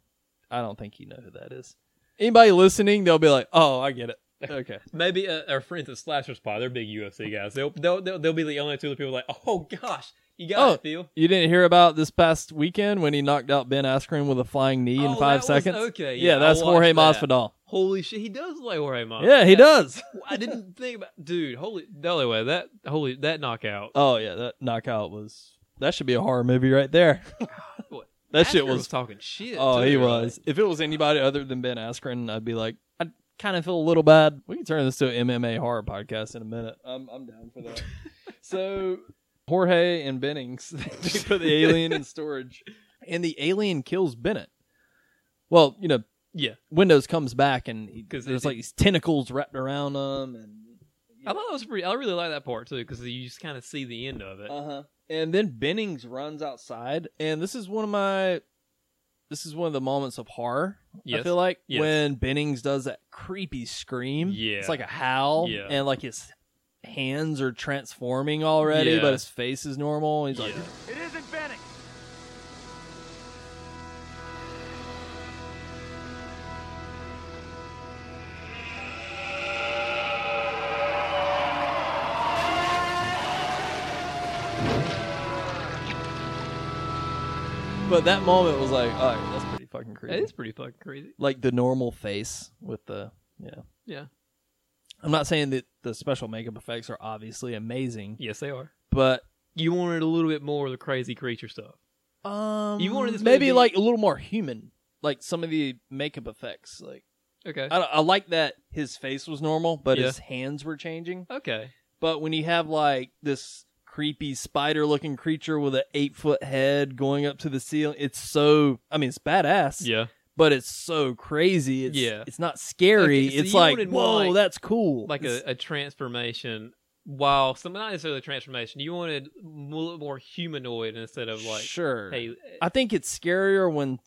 I don't think you know who that is. Anybody listening, they'll be like, "Oh, I <laughs> get it." Okay. Maybe uh, our friends at Slasher Spy, they're big UFC guys. They'll they'll they'll, they'll be the only two of the people like, oh gosh, you got Oh, it, Phil. You didn't hear about this past weekend when he knocked out Ben Askren with a flying knee in Oh, five that was- seconds? okay, Yeah, yeah, I that's Jorge watched that. Masvidal. Holy shit, he does look like Jorge Mas. Yeah, he does. I didn't think about dude. Holy, no way that holy that knockout. Oh yeah, that knockout was that should be a horror movie right <laughs> there. that shit Asker was talking <laughs> shit. Oh, too, he right? was. If it was anybody other than Ben Askren, I'd be like, I kind of feel a little bad. We can turn this to an MMA horror podcast in a minute. I'm, I'm down for <laughs> that. so, Jorge and Bennings <laughs> they put the alien in storage, and the alien kills Bennett. Well, you know, Yeah, Windows comes back and he, 'Cause there's it- like these tentacles wrapped around him, and I thought that was pretty. I really like that part too because you just kind of see the Uh-huh. end of it. uh huh. And then Bennings runs outside, and this is one of my this is one of the moments of horror. I Yes. feel like Yes. when Bennings does that creepy scream. Yeah. it's like a howl, Yeah. and like his hands are transforming already, Yeah. but his face is normal. He's like, Yeah. It isn't Bennett. but that moment was like, all right, that's pretty fucking That creepy. is pretty fucking crazy. like the normal face with the yeah. Yeah. I'm not saying that the special makeup effects are obviously amazing, Yes, they are. but You wanted a little bit more of the crazy creature stuff. um, You wanted this maybe movie- like a little more human, like some of the makeup effects. Like Okay. I, I like that his face was normal, but Yeah. his hands were changing. okay. But when you have like this creepy spider-looking creature with an eight-foot head going up to the ceiling, it's so. I mean, it's badass. Yeah. but it's so crazy. It's, Yeah. it's not scary. Okay, so it's you like wanted more whoa, like- that's cool. Like a, It's- a transformation. While some not necessarily a transformation, you wanted a little more humanoid instead of like sure. hey I think it's scarier when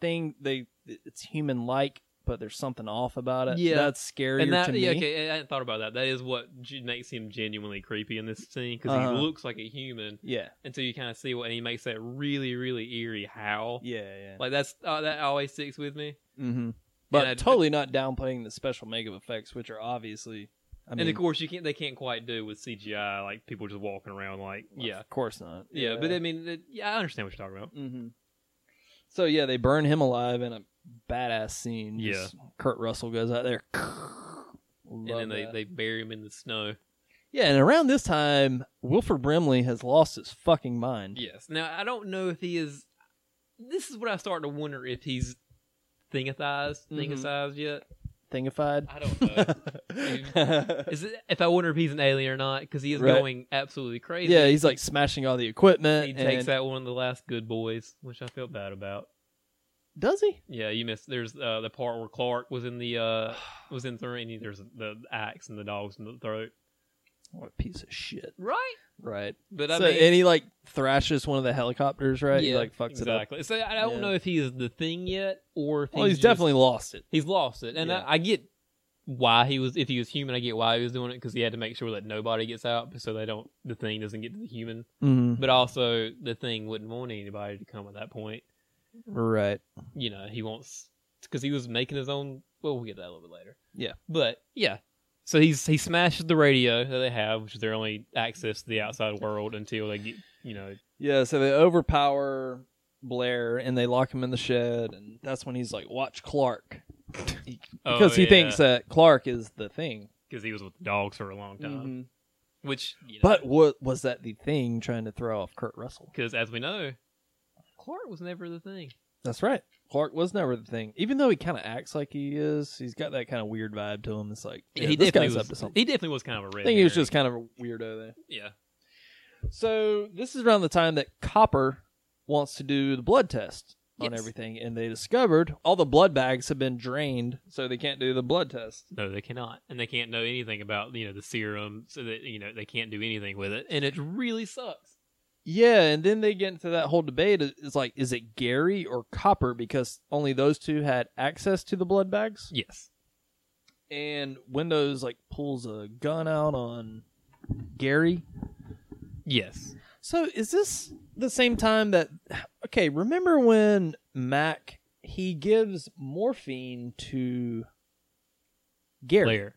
thing they it's human like, but there's something off about it. Yeah. that's scarier and that to me. yeah, okay, I hadn't thought about that. That is what ge- makes him genuinely creepy in this scene because Uh-huh. he looks like a human yeah, until you kind of see what and he makes that really really eerie howl. yeah, yeah. Like that's uh, that always sticks with me. mm-hmm. But I- totally not downplaying the special makeup effects, which are obviously. I mean, and of course, you can't. They can't quite do with CGI, like people just walking around, like yeah, of course not. yeah. But I mean, it, yeah, I understand what you're talking about. hmm So yeah, they burn him alive in a badass scene. Yeah. Just Kurt Russell goes out there. Love and then that. Mm-hmm. they, they bury him in the snow. Yeah, and around this time, Wilford Brimley has lost his fucking mind. Yes. Now I don't know if he is. This is what I start to wonder if he's thingatized, Mm-hmm. thingatized yet. Thingified. I don't know. <laughs> Is it, if I wonder if he's an alien or not, because he is Right. going absolutely crazy. yeah, he's like smashing all the equipment. he takes and- out one of the last good boys, which I feel bad about. Does he? Yeah, you missed. There's uh, the part where Clark was in the uh, <sighs> was in three, and he- there's the axe and the dogs in the throat. What a piece of shit. Right, Right. but I so, mean, and he like thrashes one of the helicopters, right? he yeah, like fucks it up. exactly. So I don't Yeah. know if he is the thing yet, or if Well, he's just- definitely lost it. he's lost it. And Yeah. I, I get why he was. If he was human, I get why he was doing it because he had to make sure that nobody gets out, so they don't. The thing doesn't get to the human, Mm-hmm. but also the thing wouldn't want anybody to come at that point. Right. you know, he wants because he was making his own. Well, we'll get that a little bit later. Yeah. but yeah. So he's he smashes the radio that they have, which is their only access to the outside world until they get you know. Yeah, so they overpower Blair and they lock him in the shed, and that's when he's like, watch Clark. Oh, Because he thinks that Clark is the thing. because he was with the dogs for a long time, Mhm. which you know, But what was that the thing trying to throw off Kurt Russell? because as we know, Clark was never the thing. That's right. Clark was never the thing. Even though he kind of acts like he is, he's got that kind of weird vibe to him. It's like yeah, he this definitely guy's was up to something. He definitely was kind of a red. I think he was herring. just kind of a weirdo there. yeah. So this is around the time that Copper wants to do the blood test on Yes. everything, and they discovered all the blood bags have been drained, so they can't do the blood test. No, they cannot, and they can't know anything about you know the serum, so that you know they can't do anything with it, and it really sucks. Yeah, and then they get into that whole debate. It's like, is it Gary or Copper? Because only those two had access to the blood bags. Yes. And Windows like pulls a gun out on Gary. Yes. So is this the same time that? Okay, remember when Mac he gives morphine to Gary? Blair.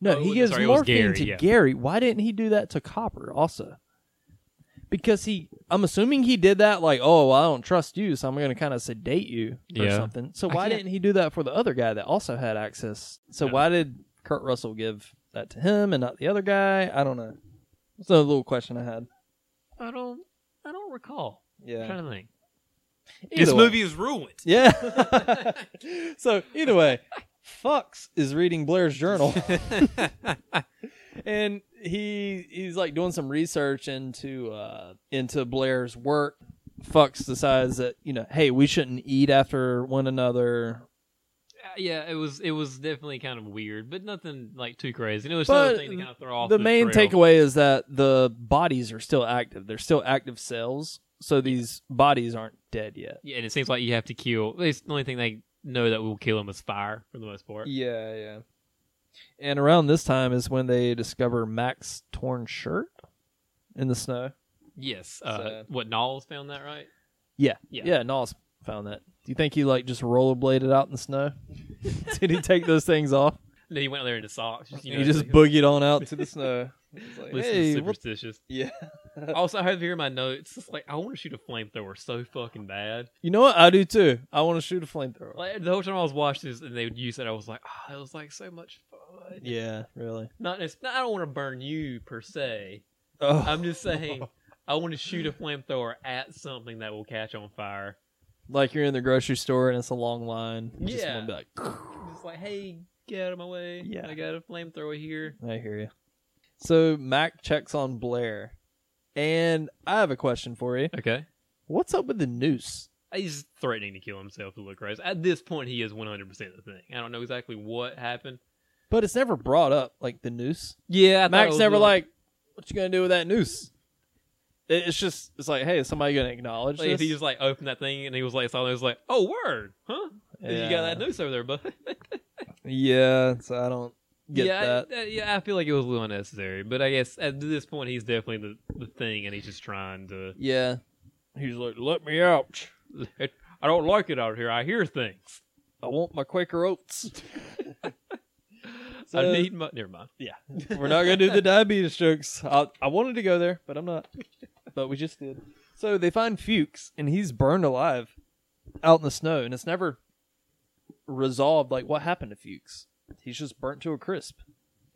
No, Oh, he gives sorry, it was morphine Gary, to yeah. Gary. Why didn't he do that to Copper also? Because he, I'm assuming he did that like, oh, well, I don't trust you, so I'm going to kind of sedate you or Yeah. something. So I why can't- didn't he do that for the other guy that also had access? So No. why did Kurt Russell give that to him and not the other guy? I don't know. That's another little question I had. I don't. I don't recall. Yeah. I'm trying to think. Either this way. movie is ruined. <laughs> Yeah. so either way, Fox is reading Blair's journal, <laughs> and he he's like doing some research into uh, into Blair's work. Fox decides that you know, hey, we shouldn't eat after one another. Uh, yeah, it was. It was definitely kind of weird, but nothing like too crazy. And it was But another thing to kind of throw off. the main trail. takeaway is that the bodies are still active; they're still active cells. so these bodies aren't dead yet. Yeah, and it seems like you have to kill. It's the only thing they know that will kill him is fire for the most part. Yeah, yeah. And around this time is when they discover Mac's torn shirt in the snow. Yes. Uh, So- What Knowles found that right? Yeah, Yeah. yeah. Nolls found that. Do you think he like just rollerbladed out in the <laughs> snow? Did he take those things off? Then he went out there into socks. Just, <laughs> you know, he just like- boogied on out <laughs> to the snow. It's like, listen to hey, what- superstitious. <laughs> yeah. <laughs> also, I have here in my notes. It's like I want to shoot a flamethrower so fucking bad. You know what? I do too. I want to shoot a flamethrower. Like the whole time I was watching this, and they would use it, I was like, oh, that was like so much fun. Yeah, really. Not, it's not. I don't want to burn you per se. Oh, I'm just saying, I want to shoot a flamethrower at something that will catch on fire. like you're in the grocery store and it's a long line. You just Yeah. wanna be like, <laughs> Just like, hey, get out of my way. Yeah. I got a flamethrower here. I hear you. So Mac checks on Blair, and I have a question for you. Okay. What's up with the noose? He's threatening to kill himself to look crazy. At this point, he is 100% the thing. I don't know exactly what happened. But it's never brought up, like the noose. Yeah, Mac's never like, what you gonna do with that noose? It- It's just, it's like, hey, is somebody gonna acknowledge Like, if this? he just like opened that thing and he was like, saw it, he was like, oh word, huh? You Yeah. got that noose over there, bud. <laughs> yeah, so I don't get yeah, I- that. uh, yeah, I feel like it was a little unnecessary, but I guess at this point he's definitely the, the thing, and he's just trying to. <laughs> yeah, he's like, let me out. I don't like it out here. I hear things. I want my Quaker <laughs> oats. I So- need my. Never mind. Yeah, we're not gonna do the diabetes jokes. I, I wanted to go there, but I'm not. But we just did. So they find Fuchs, and he's burned alive out in the snow, and it's never resolved. Like what happened to Fuchs? He's just burnt to a crisp,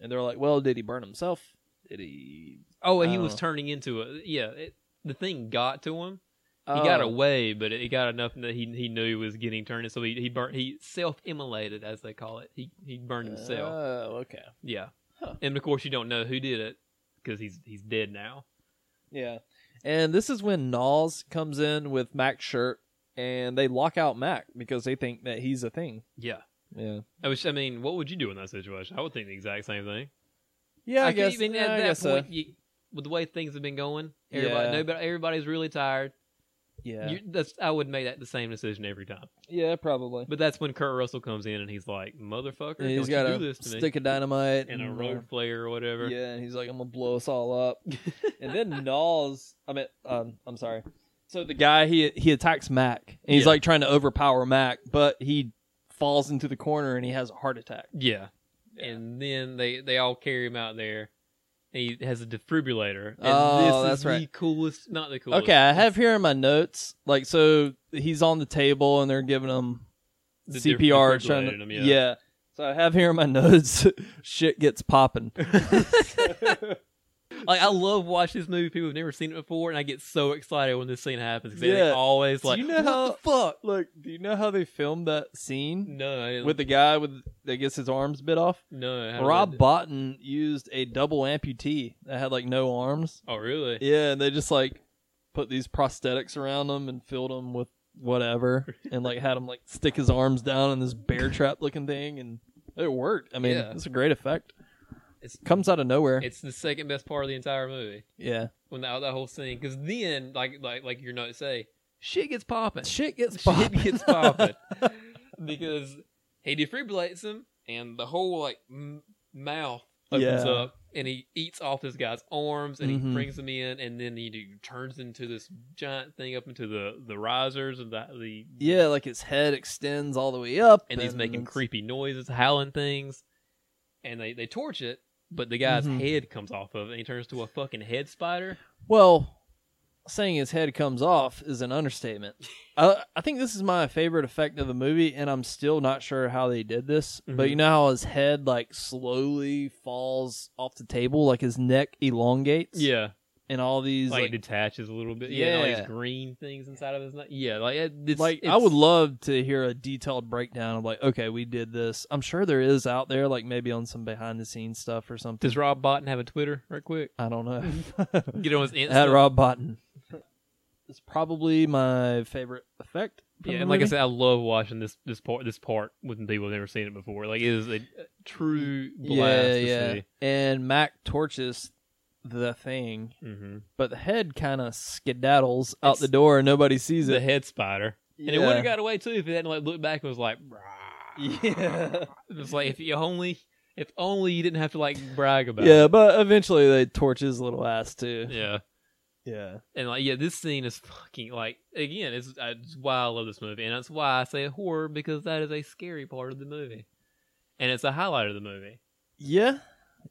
and they're like, "Well, did he burn himself? Did he?" Oh, and he Oh. was turning into a. Yeah, it, the thing got to him. He got Oh. away, but it got enough that he he knew he was getting turned, so he he burnt. He self immolated, as they call it. He he burned himself. Oh, okay. yeah, Huh. and of course you don't know who did it because he's he's dead now. Yeah, and this is when Nalls comes in with Mac's shirt, and they lock out Mac because they think that he's a thing. Yeah, Yeah. I was. I mean, what would you do in that situation? I would think the exact same thing. Yeah, I, can't guess. even- yeah, I guess uh, so. you, with the way things have been going, everybody, Yeah. nobody, everybody's really tired. Yeah. You, that's I would make that the same decision every time. yeah, probably. But that's when Kurt Russell comes in and he's like, "Motherfucker, And he's don't you got do a this to stick of dynamite me." And a and, uh, road flare or whatever. Yeah, and he's like, I'm gonna blow us all <laughs> up. and then Nalls, I mean, um, I'm sorry. So the guy he he attacks Mac, and he's Yeah. like trying to overpower Mac, but he falls into the corner and he has a heart attack. Yeah. And then they they all carry him out there. And he has a defibrillator. And Oh, this that's is The right. coolest, not the coolest. Okay, I have here in my notes, like, so he's on the table and they're giving him The def- CPR, trying defibrillator to, him, yeah. yeah. So I have here in my <laughs> notes, shit gets popping. Like I love watching this movie. People have never seen it before, and I get so excited when this scene happens. 'cause they- they Yeah. always like, do you know "What how the fuck?" Look, do you know how they filmed that scene No, I didn't- with the guy with that gets his arms bit off? no. how do Rob they- Botton used a double amputee that had like no arms. Oh, really? Yeah, and they just like put these prosthetics around him and filled him with whatever, <laughs> and like had him like stick his arms down in this bear trap looking thing, and it worked. I mean, Yeah. it's a great effect. It's- comes out of nowhere. It's the second best part of the entire movie yeah, when that, that whole scene. Because then, like like like your notes say, shit gets popping. <laughs> shit gets Shit popping. gets <laughs> popping because he defibrillates him, and the whole like m- mouth opens Yeah. up, and he eats off this guy's arms, and Mhm. he brings him in, and then he do, turns into this giant thing up into the the risers and the the yeah, like his head extends all the way up, and he's making it's- creepy noises, howling things, and they they torch it. But the guy's Mhm. head comes off of it, and he turns to a fucking head spider. Well, saying his head comes off is an <laughs> understatement. I, I think this is my favorite effect of the movie, and I'm still not sure how they did this. But Mhm. you know how his head like slowly falls off the table, like his neck elongates. Yeah, and all these like, like, it detaches a little bit. Yeah, and all Yeah. these green things inside of his neck. Yeah, like it- it's, like I it's- would love to hear a detailed breakdown of like, okay, we did this. I'm sure there is out there, like maybe on some behind the scenes stuff or something. Does Rob Botton have a Twitter? Right quick, I don't <laughs> know. <laughs> get on his Insta. At Rob <laughs> Botton. It's probably my favorite effect. from Yeah, the and like I movie. said, I love watching this this part this part with people who've never seen it before. Like it is a true blast to see. And Mac torches the thing, Mm-hmm. but the head kind of skedaddles out It's- the door and nobody sees He's a it. head spider, and it would have got away too if it hadn't like looked back and was like, "Rah." Yeah. <laughs> it's like if you only, if only you didn't have to like brag about yeah, it. but eventually they torch his little ass too. Yeah. Yeah. And like, yeah, this scene is fucking like again. It's, uh, it's why I love this movie, and that's why I say horror because that is a scary part of the movie, and it's a highlight of the movie. Yeah.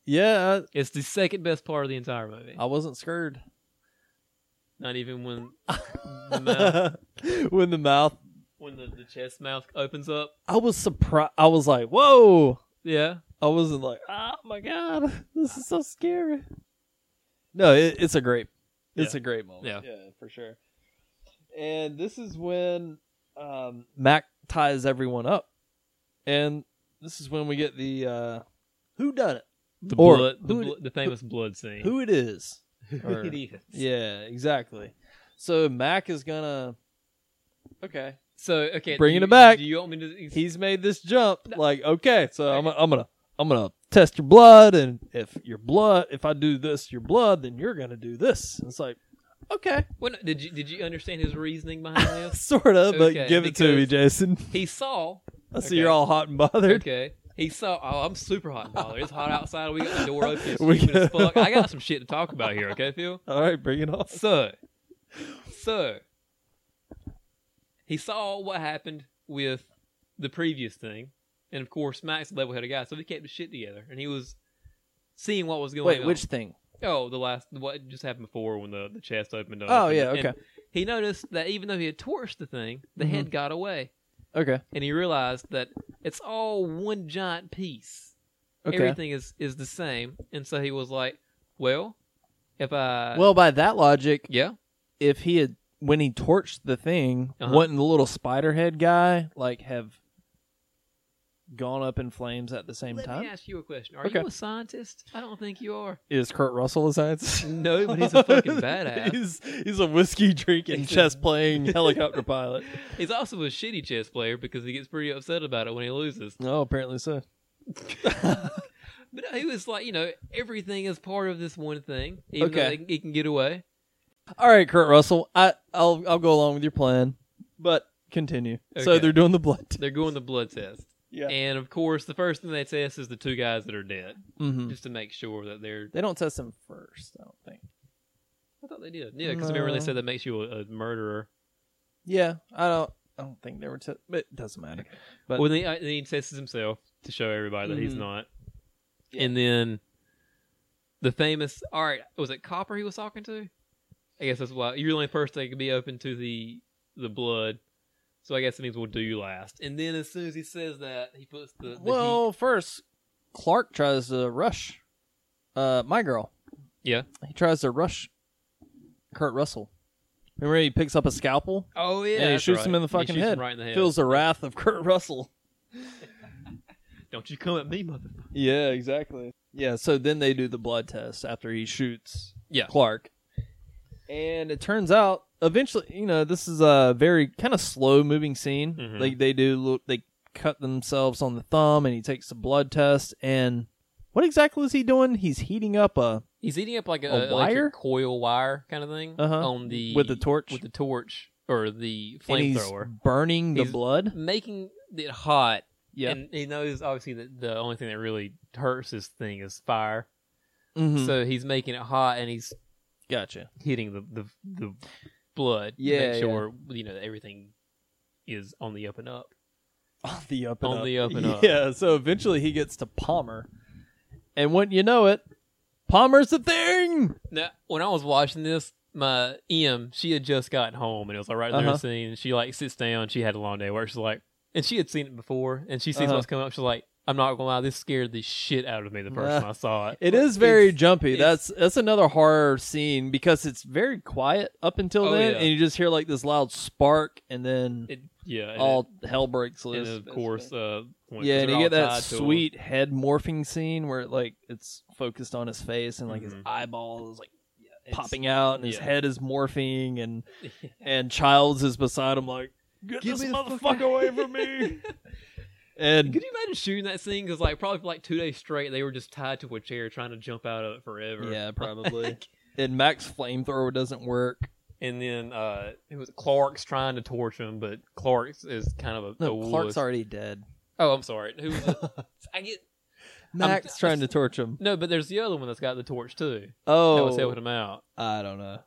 Yeah. It's the second best part of the entire movie. I, I wasn't scared. Not even when <laughs> the mouth, <laughs> when the mouth when the, the chest mouth opens up. I was surprised I was like, whoa. Yeah, I wasn't like, oh my god, <laughs> this is so scary. No, it, it's a great, it's Yeah. a great moment. Yeah. for sure. And this is when um, Mac ties everyone up, and this is when we get the uh, who done it, the Or blood, the, who- blo- the famous blood scene. who it is. <laughs> Or- it is. yeah, exactly. So Mac is gonna. Okay, So okay, Bringing do it you- back. Do you want me to? he's made this jump. Like, okay, so I'm, I'm gonna I'm gonna test your blood, and if your blood, if I do this, your blood, then you're gonna do this. And it's like, okay, <laughs> Well, no, did you did you understand his reasoning behind <laughs> this? sort of, but Okay, give it to me, because- Jason. <laughs> He saw I see okay. you're all hot and bothered. Okay. He saw. Oh, I'm super hot and bothered. It's hot outside. <laughs> We got the door open. It's We stupid as got- fuck. I got <laughs> some shit to talk about here. Okay, Phil. All right, bring it on. So, so he saw what happened with the previous thing, and of course, Max level headed guy, so he kept his shit together, and he was seeing what was going on. thing? Oh, the last what just happened before when the, the chest opened up. Oh, and- yeah, and okay. Mm-hmm. he noticed that even though he had torched the thing, the head got away Okay, and he realized that it's all one giant piece. okay. Everything is is the same, and so he was like, "Well, if I Well, by that logic, yeah, if he had when he torched the thing, Uh-huh. wouldn't the little spider head guy like have gone up in flames at the same let time? me ask you a question. Are Okay. you a scientist? I don't think you are. Is Kurt Russell a scientist? <laughs> <laughs> No, but he's a fucking badass. he's he's a whiskey drinking, He's a- chess playing helicopter pilot. He's also a shitty chess player because he gets pretty upset about it when he loses. <laughs> Oh, apparently so. But he was like, you know, everything is part of this one thing, even though Okay. they- he can get away. All right, Kurt Russell, I I'll I'll go along with your plan, but continue. So Okay. they're doing the blood. test. They're going the blood test, Yeah. and of course, the first thing they test is the two guys that are dead, Mhm. just to make sure that they're They don't test him first, I don't think. I thought they did. Yeah, because remember they No. said that makes you a, a murderer. Yeah, I don't I don't think they were. Te- but it doesn't matter. But- well, then he, uh, then he tests himself to show everybody that he's Mhm. not. Yeah. And then the famous, all right, was it Copper he was talking to? I guess that's why you're the only person that could be open to the the blood. So I guess it means we'll do you last. And then as soon as he says that, he puts the, the well, first Clark tries to rush, uh, my girl. heat- yeah. He tries to rush Kurt Russell. Remember, he picks up a scalpel. Oh yeah, and he that's shoots right. him in the He fucking shoots him head. right in the head. Feels the wrath of Kurt Russell. Don't you come at me, motherfucker. Yeah, exactly. Yeah, so then they do the blood test after he shoots Yeah. Clark. And it turns out eventually, you know, this is a very kind of slow moving scene. Mhm. Like they do little- they cut themselves on the thumb and he takes the blood test and what exactly is he doing? He's heating up a He's eating up like a, A electric wire? coil wire kind of thing Uh-huh. on the With the torch? with the torch or the and he's flamethrower, burning the He's- blood. making it hot. Yeah. and he knows obviously that the only thing that really hurts this thing is fire. Mhm. So he's making it hot and he's gotcha. hitting the the, the blood. to Yeah, yeah. make sure you know that everything is on the up and up. On the up and On up. the <laughs> up and up. Yeah, so eventually he gets to Palmer. And wouldn't you know it, Palmer's the thing. Now, when I was watching this, my em she had just gotten home and it was like right there Uh-huh. the scene. And she like sits down. She had a long day at work. She's like, and she had seen it before, and she sees Uh-huh. what's coming up. She's like, I'm not gonna lie, this scared the shit out of <laughs> me the first Nah. time I saw it. It is very It's- jumpy. it's- That's that's another horror scene because it's very quiet up until Oh, then, yeah. and you just hear like this loud spark, and then It, yeah, and all hell breaks it- and loose. of course, uh, when- yeah, 'cause and they're you all get that tied to him. sweet head morphing scene where like it's focused on his face and like his Mhm. eyeball is like It's- popping out, and his yeah. head is morphing, <laughs> and and Childs is beside him like, get Give this me the fuck <laughs> motherfucker away from me. And Could you imagine shooting that scene? Because like probably for like two days straight, they were just tied to a chair trying to jump out of it forever. <laughs> Yeah, probably. Like, and Mac's flamethrower doesn't work. and then uh, it was Clark's trying to torch him, but Clark's is kind of a, a No, Clark's wuss. already dead. Oh, I'm sorry. Who was it? <laughs> I get Mac's trying to torch him. no, but there's the other one that's got the torch too. that was helping Oh, him out. I don't know.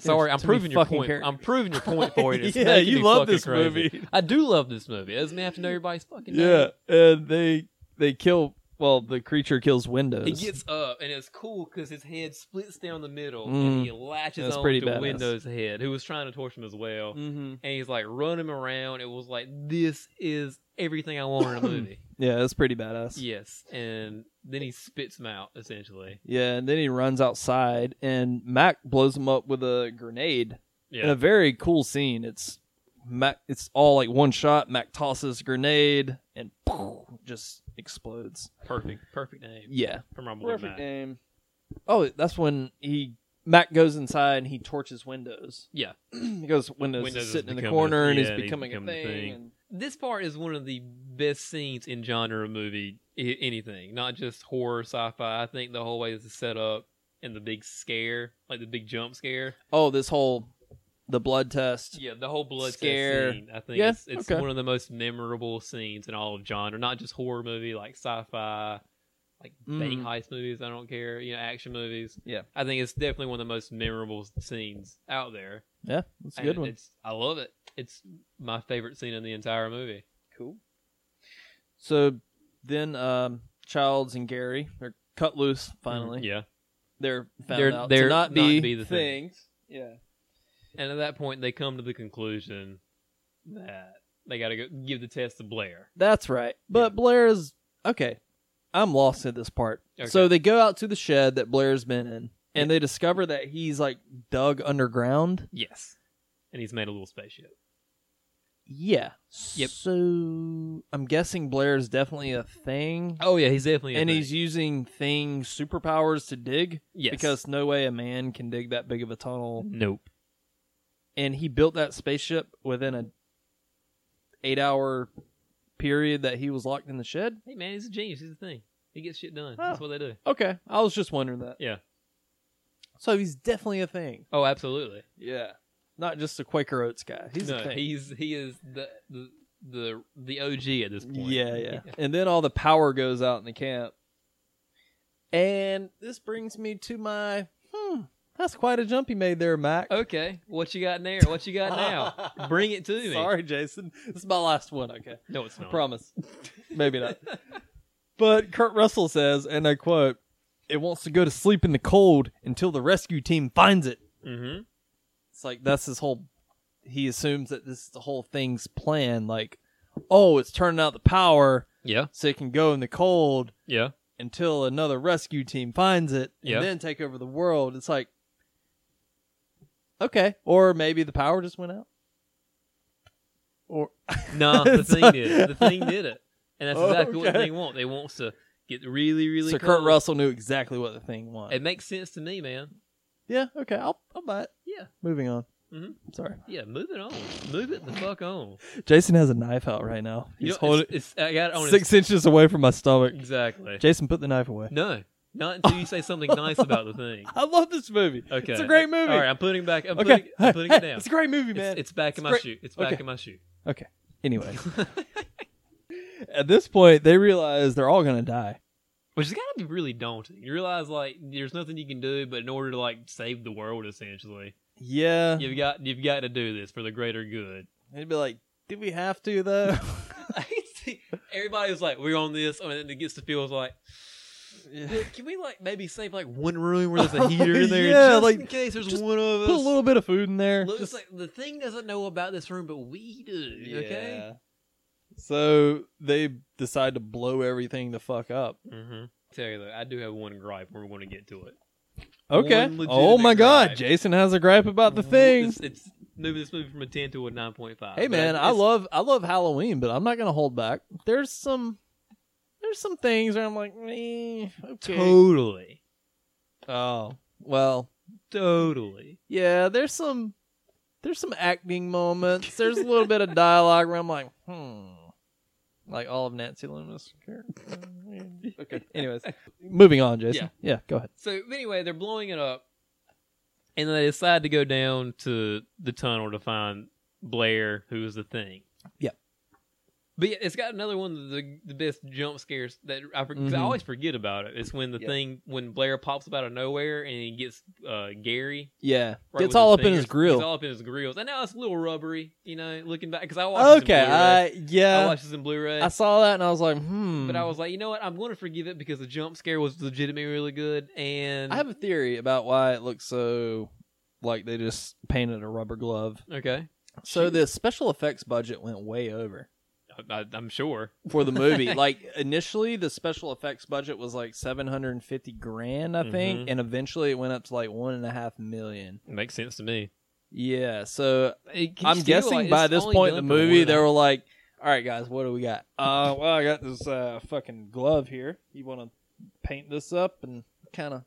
Sorry, There's I'm too many proving your fucking point. characters. I'm proving your point for <laughs> you. It's Yeah, making you me love fucking this crazy. movie. I do love this movie. It doesn't have to know everybody's fucking name. Yeah, and they they kill. Well, the creature kills windows. He gets up, and it's cool because his head splits down the middle, Mm. and he latches That's on pretty to badass. Window's head, who was trying to torch him as well. hmm And he's like running around. It was like this is everything I want in a movie. Yeah, that's pretty badass. yes, and then he spits him out essentially. Yeah, and then he runs outside, and Mac blows him up with a grenade. In Yeah, a very cool scene. It's Mac. It's all like one shot. Mac tosses a grenade, and boom, just explodes. perfect, perfect name Yeah, from Ron Boy Matt. name. Oh, that's when he Mac goes inside and he torches windows. <clears throat> Yeah. he goes windows, Windows is is sitting in the becoming a- corner and yeah, he's and he's becoming a becoming thing. a thing. and- This part is one of the best scenes in genre of movie i- anything, not just horror, sci-fi. I think the whole way is the setup and the big scare, like the big jump scare. oh, this whole the blood test. Yeah, the whole blood test Scare. scene. I think Yeah, it's, it's okay. one of the most memorable scenes in all of genre, not just horror movie, like sci-fi, like Mm. bank heist movies. I don't care, you know, action movies. Yeah. I think it's definitely one of the most memorable scenes out there. Yeah, that's a And good one. It's, I love it. It's my favorite scene in the entire movie. Cool. So then, um, Childs and Gary they're cut loose finally. Mm-hmm. yeah. They're found They're- out they're to not not be, be the things. Yeah. And at that point, they come to the conclusion that they got to go give the test to Blair. That's right. But Blair is okay. I'm lost at this part. Okay. So they go out to the shed that Blair's been in, and they discover that he's like dug underground. Yes. And he's made a little spaceship. Yeah. Yep. So I'm guessing Blair's definitely a thing, Oh yeah, he's definitely. and he's using thing superpowers to dig yes. because no way a man can dig that big of a tunnel. nope. And he built that spaceship within a eight hour period that he was locked in the shed. Hey man, he's a genius. He's the thing. He gets shit done. That's Oh. what they do. Okay, I was just wondering that. Yeah. So he's definitely a thing. Oh, absolutely. Yeah. Not just a Quaker Oats guy. He's no, a thing. he's he is the, the the the OG at this point. yeah, yeah. And then all the power goes out in the camp. And this brings me to my hmm, that's quite a jump he made there, Mac. <laughs> Okay, what you got in there? What you got now? <laughs> Bring it to me. Sorry, Jason. This is my last one, okay. No, it's not. Promise. Maybe not. But Kurt Russell says, and I quote, it wants to go to sleep in the cold until the rescue team finds it. Mm-hmm. It's like that's his whole. He assumes that this is the whole thing's plan. Like, oh, it's turning out the power Yeah. so it can go in the cold Yeah. until another rescue team finds it and Yeah. then take over the world. It's like, okay, or maybe the power just went out. Or <laughs> No, the So- thing did. it. The thing did it, and that's Oh, exactly what okay. the thing wants. They wants to get really, really. so cold. Kurt Russell knew exactly what the thing was. It makes sense to me, man. yeah, okay, I'll, I'll buy it. Yeah, Moving on. Mhm. Sorry, yeah. Move it on. Move it the fuck on. Jason has a knife out right now. You He's know, holding it's, it's- I got it on it his- six inches away from my stomach. exactly. Jason, put the knife away. No, not until you say something nice about the thing. I love this movie. Okay, It's a great movie. All right, I'm putting back. I'm okay. putting, I'm putting it down. It's a great movie, man. It's, it's back in my great. shoe. It's back Okay. in my shoe. okay. <laughs> Anyway. At this point, they realize they're all going to die. Which has got to be really daunting. You realize like there's nothing you can do, but in order to like save the world, essentially, Yeah. you've got you've got to do this for the greater good. <laughs> They'd be like, did we have to, though? Everybody was like, "We're on this," and then it gets to feels like, yeah. "Look, "Can we like maybe save like one room where <laughs> there's a heater in there, Yeah, just like, in case there's just one of <laughs> us?" Put a little bit of food in there. Looks Just- like the thing doesn't know about this room, but we do. Okay. Yeah. So they decide to blow everything the fuck up. Mm-hmm. Tell you that I do have one gripe. We're going to get to it. Okay. One Oh my legitimate god, gripe. Jason has a gripe about the thing. It's, it's moving this movie from a ten to a nine point five. Hey man, I love I love Halloween, but I'm not gonna hold back. There's some there's some things where I'm like, eh, okay. totally, oh well, totally. yeah. There's some there's some acting moments. There's a little bit of dialogue where I'm like, hmm, Like all of Nancy Loomis. Okay. <laughs> Anyways, moving on, Jason. Yeah. Yeah, go ahead. So anyway, they're blowing it up, and they decide to go down to the tunnel to find Blair, who is the thing. Yep. But yeah, it's got another one of the the best jump scares that I, for- 'cause Mhm. I always forget about it. It's when the Yep. thing when Blair pops up out of nowhere and he gets uh, Gary. Yeah, right it's with all up in his fingers. grill. It's all up in his grills, and now it's a little rubbery. You know, looking back because I watched okay, I, I, yeah, I watched this in Blu-ray. Uh, I saw that and I was like, hmm. But I was like, you know what? I'm going to forgive it because the jump scare was legitimately really good, and I have a theory about why it looks so like they just painted a rubber glove. okay. So the special effects budget went way over I, I'm sure. for the <laughs> movie. like initially, the special effects budget was like seven hundred and fifty grand, I think, Mhm. and eventually it went up to like one and a half million. It makes sense to me. Yeah, so I'm guessing by this point in the movie they were like, "All right, guys, what do we got? <laughs> Uh, well, I got this uh, fucking glove here. You want to paint this up and kind of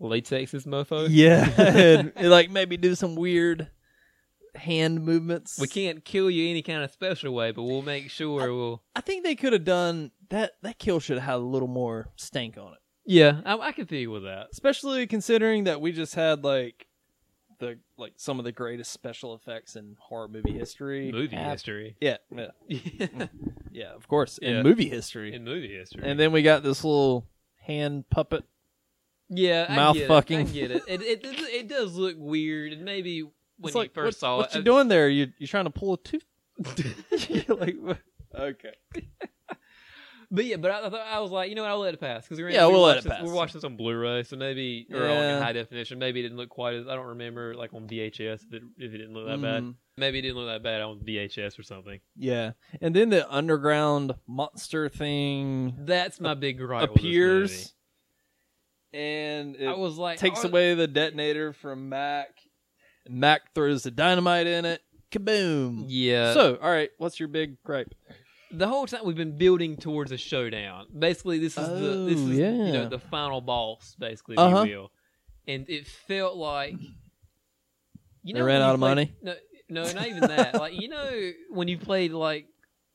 latex this mofo. yeah, <laughs> and, like maybe do some weird hand movements. We can't kill you any kind of special way, but we'll make sure we'll. I think they could have done that. That kill should have had a little more stank on it, Yeah, I, I can figure with that. especially considering that we just had like the like some of the greatest special effects in horror movie history. Movie Yeah. history. Yeah, yeah, in yeah, of course, in Yeah. movie history. movie history. and then we got this little hand puppet. yeah, I mouth get it, fucking. I get it. It, it, it. it does look weird, and maybe when it's you like, first what, saw what it, uh, you doing there? You you trying to pull a tooth? You're <laughs> <laughs> like, what? okay, But yeah, but I, I, thought, I was like, you know what? I'll let it pass because we're Yeah, we we'll let watched it this- pass. We're watching this on Blu-ray, so maybe or on Yeah. in high definition. Maybe it didn't look quite as I don't remember like on VHS if it, if it didn't look that bad. Mhm. Maybe it didn't look that bad on VHS or something. Yeah, and then the underground monster thing That's my big gripe. with this appears, and it movie. I was like, takes oh, away the detonator from Mac. Mac throws the dynamite in it. Kaboom! Yeah. So So, all right, what's your big gripe? the whole time we've been building towards a showdown. Basically, this is the this Oh, is you yeah. know the final boss, basically, if Uh-huh. you will. And it felt like you They know ran when you out of play- money? No, no, not even that. like you know when you've played like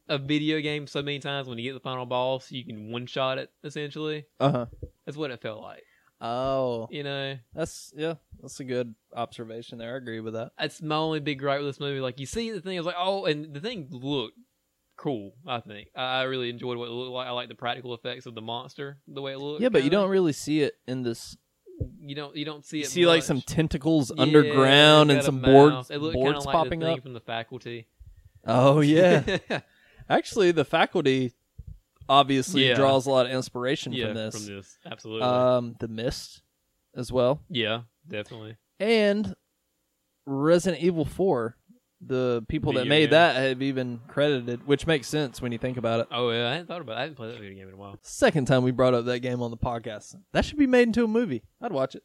a video game so many times, when you get the final boss, you can one shot it. Essentially, Uh huh. that's what it felt like. Oh, You know, that's yeah, that's a good observation there. I agree with that. that's my only big gripe with this movie. Like you see the thing, I was like, oh, and the thing looked cool. I think I, I really enjoyed what it looked like. I like the practical effects of the monster, the way it looked. Yeah, but you kinda. don't really see it in this. you don't you don't see You it. see like some much. tentacles Yeah, underground it's and got a some mouth. boards It looked boards kinda like popping the thing up. from the faculty. <laughs> Oh yeah, actually, the faculty obviously Yeah. draws a lot of inspiration yeah, from this. absolutely. um, the mist as well, yeah, definitely. and Resident Evil Four. The people that Video made game. that have even credited, which makes sense when you think about it. Oh yeah, I hadn't thought about. It. I haven't played that video game in a while. Second time we brought up that game on the podcast. That should be made into a movie. I'd watch it.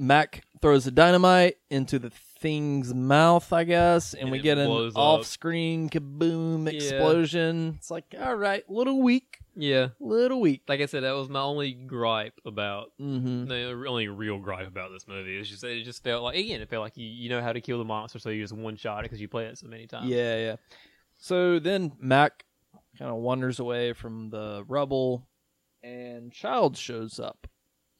Mac throws the dynamite into the thing's mouth, I guess, and, And we it get an blows up. off-screen kaboom Yeah. explosion. It's like, all right, little weak, Yeah, little weak. like I said, that was my only gripe about Mm-hmm. the only real gripe about this movie. It's just it just felt like again, it felt like you, you know how to kill the monster, so you just one shot it because you play it so many times. Yeah, yeah. So then Mac kind of wanders away from the rubble, and Child shows up.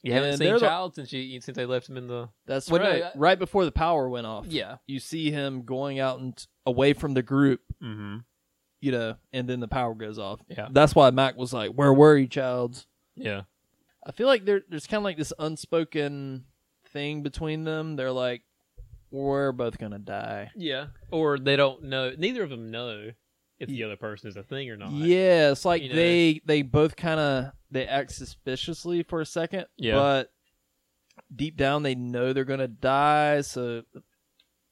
you haven't And seen they're the- Child since you since they left him in the. That's Well, no, right. I- right before the power went off. Yeah. you see him going out and away from the group, Mm-hmm. you know, and then the power goes off. Yeah. That's why Mac was like, "Where were you, Childs?" Yeah. I feel like there, there's kind of like this unspoken thing between them. They're like, "We're both gonna die." Yeah. Or they don't know. Neither of them know if the other person is a thing or not. Yeah, it's like You know? they they both kind of they act suspiciously for a second, Yeah. but deep down they know they're gonna die, so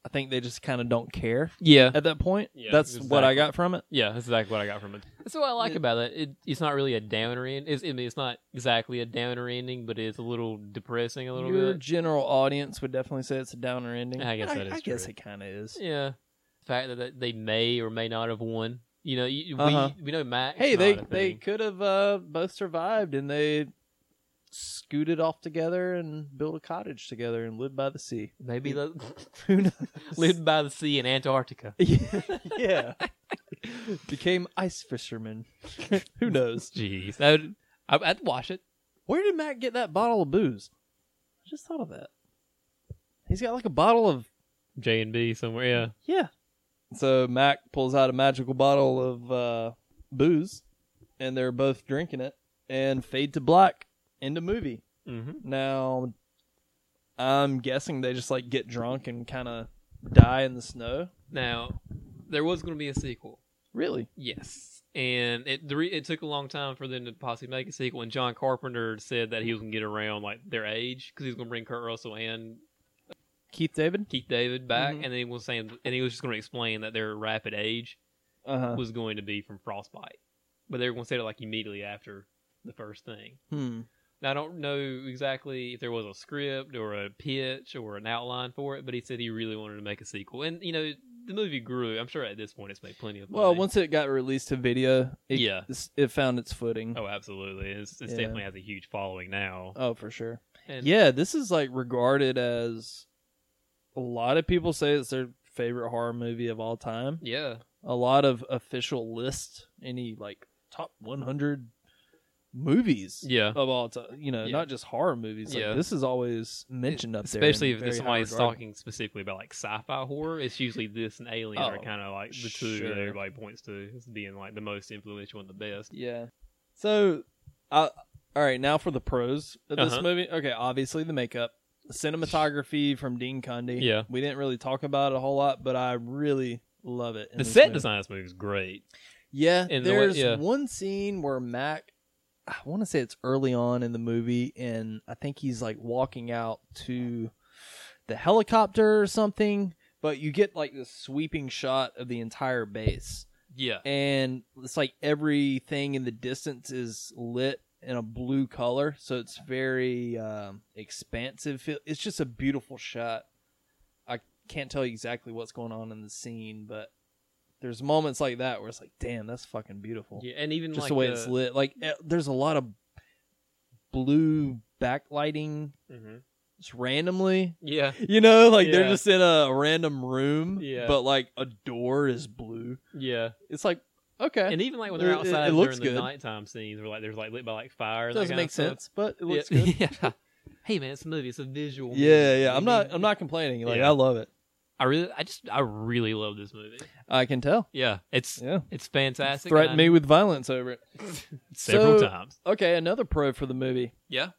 I think they just kind of don't care Yeah. at that point. Yeah, That's what I exactly. got from it. Yeah, that's exactly what I got from it. That's what I like about it. it it's not really a downer end. It's, I mean, it's not exactly a downer ending, but it's a little depressing a little Your bit. general audience would definitely say it's a downer ending. I guess And that is I guess true. it kind of is. Yeah, the fact that they may or may not have won. You know, you, Uh-huh. we we know Max. Hey, they they could have uh, both survived and they scooted off together and built a cottage together and lived by the sea. <laughs> <laughs> maybe they Who knows? <laughs> lived by the sea in Antarctica. yeah. Became ice <laughs> fisherman. Who knows? Jeez, that would, I, I'd watch it. Where did Matt get that bottle of booze? I just thought of that. He's got like a bottle of J and B somewhere. Yeah, yeah. So Mac pulls out a magical bottle of uh, booze, and they're both drinking it. And fade to black. End of movie. mm-hmm. Now, I'm guessing they just like get drunk and kind of die in the snow. Now, there was going to be a sequel. Really? Yes. And it the re- it took a long time for them to possibly make a sequel. And John Carpenter said that he was going to get around like their age because he was going to bring Kurt Russell and Keith David? Keith David back, Mhm. and then he was saying, and he was just going to explain that their rapid age Uh <laughs> huh. was going to be from frostbite, but they were going to say it like immediately after the first thing. Hmm. Now I don't know exactly if there was a script or a pitch or an outline for it, but he said he really wanted to make a sequel, and you know the movie grew. I'm sure at this point it's made plenty of money. Well, once it got released to video, it, Yeah. it found its footing. oh absolutely, it's, it's Yeah. definitely has a huge following now. Oh, for sure. And Yeah, this is like regarded as a lot of people say it's their favorite horror movie of all time. yeah, A lot of official lists, any like top 100 movies yeah. of all time, you know, Yeah. not just horror movies. Like, Yeah. This is always mentioned up there. in Especially if very there's somebody high that's regard. talking specifically about like sci-fi horror, it's usually this and Alien are Oh, kind of like the two sure. that everybody points to as being like the most influential and the best. Yeah. So, uh, all right, now for the pros of this Uh-huh. movie. Okay, obviously the makeup, cinematography from Dean Cundy. Yeah. we didn't really talk about it a whole lot, but I really love it. in The this set movie. design of this movie is great. Yeah, in the way- there's yeah. one scene where Mac, I want to say it's early on in the movie, and I think he's like walking out to the helicopter or something. But you get like this sweeping shot of the entire base, Yeah, and it's like everything in the distance is lit in a blue color so it's very um, expansive feel- it's just a beautiful shot i can't tell you exactly what's going on in the scene but there's moments like that where it's like damn that's fucking beautiful yeah, and even just like the way it's lit like eh, there's a lot of blue backlighting hmm just randomly Yeah, you know like they're Yeah. just in a random room Yeah. but like a door is blue yeah, it's like okay and even like when they're It- it- it outside looks during the good. nighttime scenes, where like there's like lit by like fire. and that doesn't kinda make stuff. sense, but it <laughs> looks yeah. good. yeah. <laughs> Hey man, it's a movie. It's a visual. Yeah, movie. yeah. I'm You not. need- I'm not complaining. Like Yeah. I love it. I really. I just. I really love this movie. I can tell. Yeah, it's Yeah. it's fantastic. Threaten and I- me with violence over <laughs> it. several So- times. Okay, another pro for the movie. Yeah.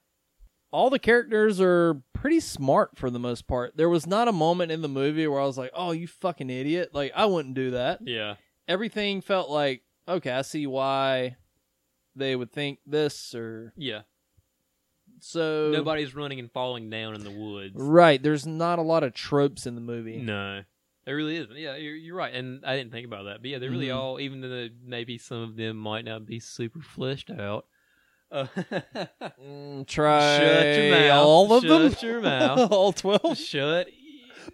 All the characters are pretty smart for the most part. There was not a moment in the movie where I was like, "Oh, you fucking idiot!" Like I wouldn't do that. Yeah. Everything felt like, okay, I see why they would think this or Yeah. so. Nobody's running and falling down in the woods. Right. There's not a lot of tropes in the movie. No, there really isn't. Yeah, you're, you're right, and I didn't think about that. But yeah, they're really Mhm. all, even though maybe some of them might not be super fleshed out. Uh, <laughs> Mm, try Shut your mouth. all of them. Shut your <laughs> mouth. all twelve. shut.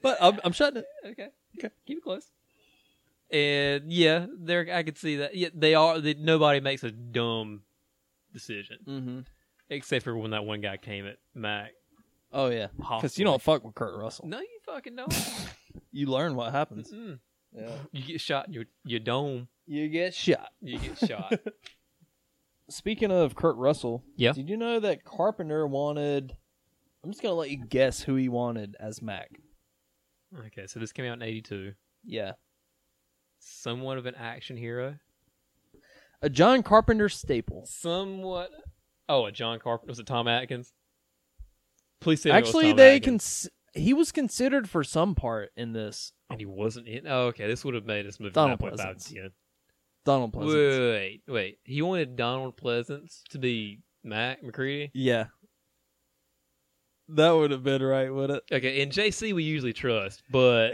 But I'm, I'm shutting it. Oh. Okay. Okay. Keep it close. And yeah, there I could see that. Yeah, they are. They, nobody makes a dumb decision Mm-hmm. except for when that one guy came at Mac. Oh yeah, because you don't fuck with Kurt Russell. No, you fucking don't. You learn what happens. Mm-mm. Yeah. you get shot in your your dome. You get shot. You get <laughs> shot. Speaking of Kurt Russell, Yeah. Did you know that Carpenter wanted? I'm just gonna let you guess who he wanted as Mac. okay, so this came out in '82. Yeah, somewhat of an action hero. a John Carpenter staple. Somewhat. Oh, a John Carpenter was it Tom Atkins? Please say Actually, it was Tom they can. Atkins. He was considered for some part in this. And he wasn't in. Oh, okay. This would have made this movie Donald 9.5 Pleasance. to 10. Donald Wait, Pleasance. wait, wait. He wanted Donald Pleasance to be Mac McCready. Yeah, that would have been right, would it? Okay, and JC we usually trust, but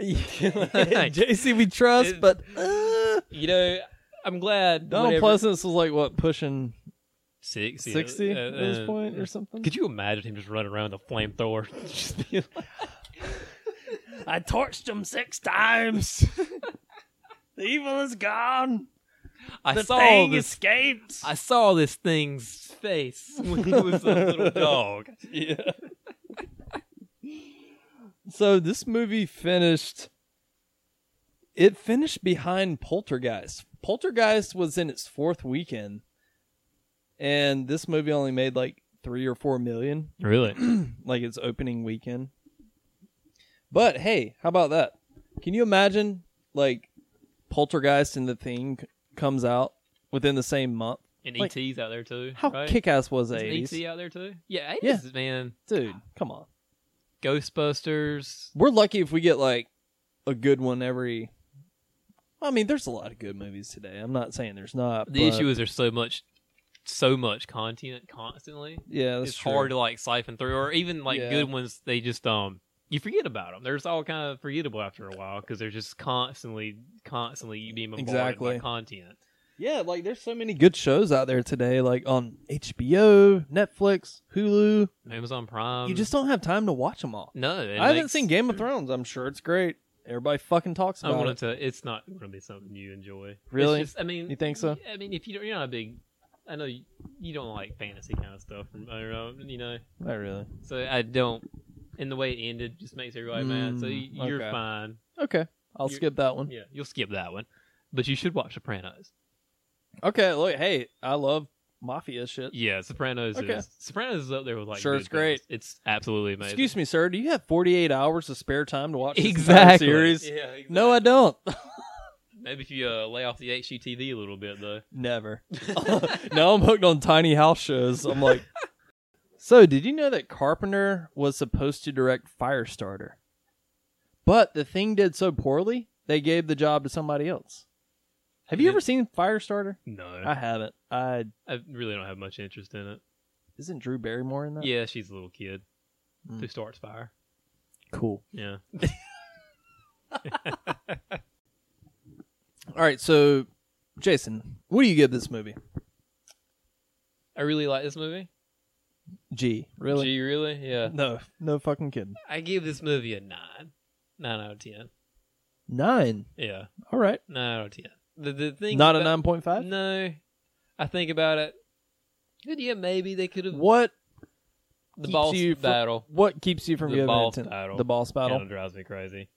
<laughs> JC, we trust, It- but uh, you know, I'm glad Donald whenever- Pleasance was like what pushing six, yeah, 60 uh, at this uh, point or something. Could you imagine him just running around with a flamethrower? <laughs> Just being like- I torched him six times. <laughs> the evil is gone. I saw this escaped. I saw this thing's face <laughs> when he was <laughs> a little dog. yeah. so this movie finished it finished behind Poltergeist. Poltergeist was in its fourth weekend, and this movie only made like three or four million, Really? like its opening weekend. But hey, how about that? Can you imagine like Poltergeist and The Thing c- comes out within the same month? And Like- ET's out there too. How right? kick-ass was Is eighties, ET out there too? Yeah, 80s, Yeah. man. dude? Come on, Ghostbusters. we're lucky if we get like a good one every. I mean, there's a lot of good movies today. I'm not saying there's not. The but- issue is there's so much, so much content constantly. yeah, that's it's true. hard to like siphon through, or even like Yeah. good ones. They just um, you forget about them. They're just all kind of forgettable after a while because they're just constantly, constantly being bombarded Exactly. by content. Yeah, like there's so many good shows out there today, like on HBO, Netflix, Hulu. Amazon Prime. you just don't have time to watch them all. no. it I haven't makes- seen Game of Thrones. I'm sure it's great. Everybody fucking talks I about wanted it. to. It's not going to be something you enjoy. It's Really? just- I mean, You think so? I mean, if you don't, you're not a big. I know you, you don't like fantasy kind of stuff. From, I don't know, you know. Not really. So I don't. And the way it ended just makes everybody mad. So Mm, y- you're okay. fine. Okay, I'll You- skip that one. Yeah, you'll skip that one. But you should watch Sopranos. Okay, look, hey, I love mafia shit. Yeah, Sopranos Okay. is Sopranos is up there with like. Sure, good it's great. things. It's absolutely amazing. Excuse me, sir. Do you have 48 hours of spare time to watch this entire Exactly. series? Yeah, exactly. No, I don't. <laughs> Maybe if you uh, lay off the HGTV a little bit though. <laughs> Never. now I'm hooked on tiny house shows. I'm like, <laughs> so did you know that Carpenter was supposed to direct Firestarter, but the thing did so poorly they gave the job to somebody else. Have you Yeah. ever seen Firestarter? No, I haven't. I I really don't have much interest in it. isn't Drew Barrymore in that? Yeah, she's a little kid Mm. who starts fire. cool. Yeah. All right, so Jason, what do you give this movie? I really like this movie. G, really? Gee, really? Yeah. No, no fucking kidding. I give this movie a nine. Nine out of ten. Nine. Yeah. All right, Nine out of ten. The the thing not a about- nine point five. No. I think about it. Good, yeah, maybe they could have What the keeps boss you fr- battle. What keeps you from The giving it a boss 10? battle. The boss battle. Kinda drives me crazy.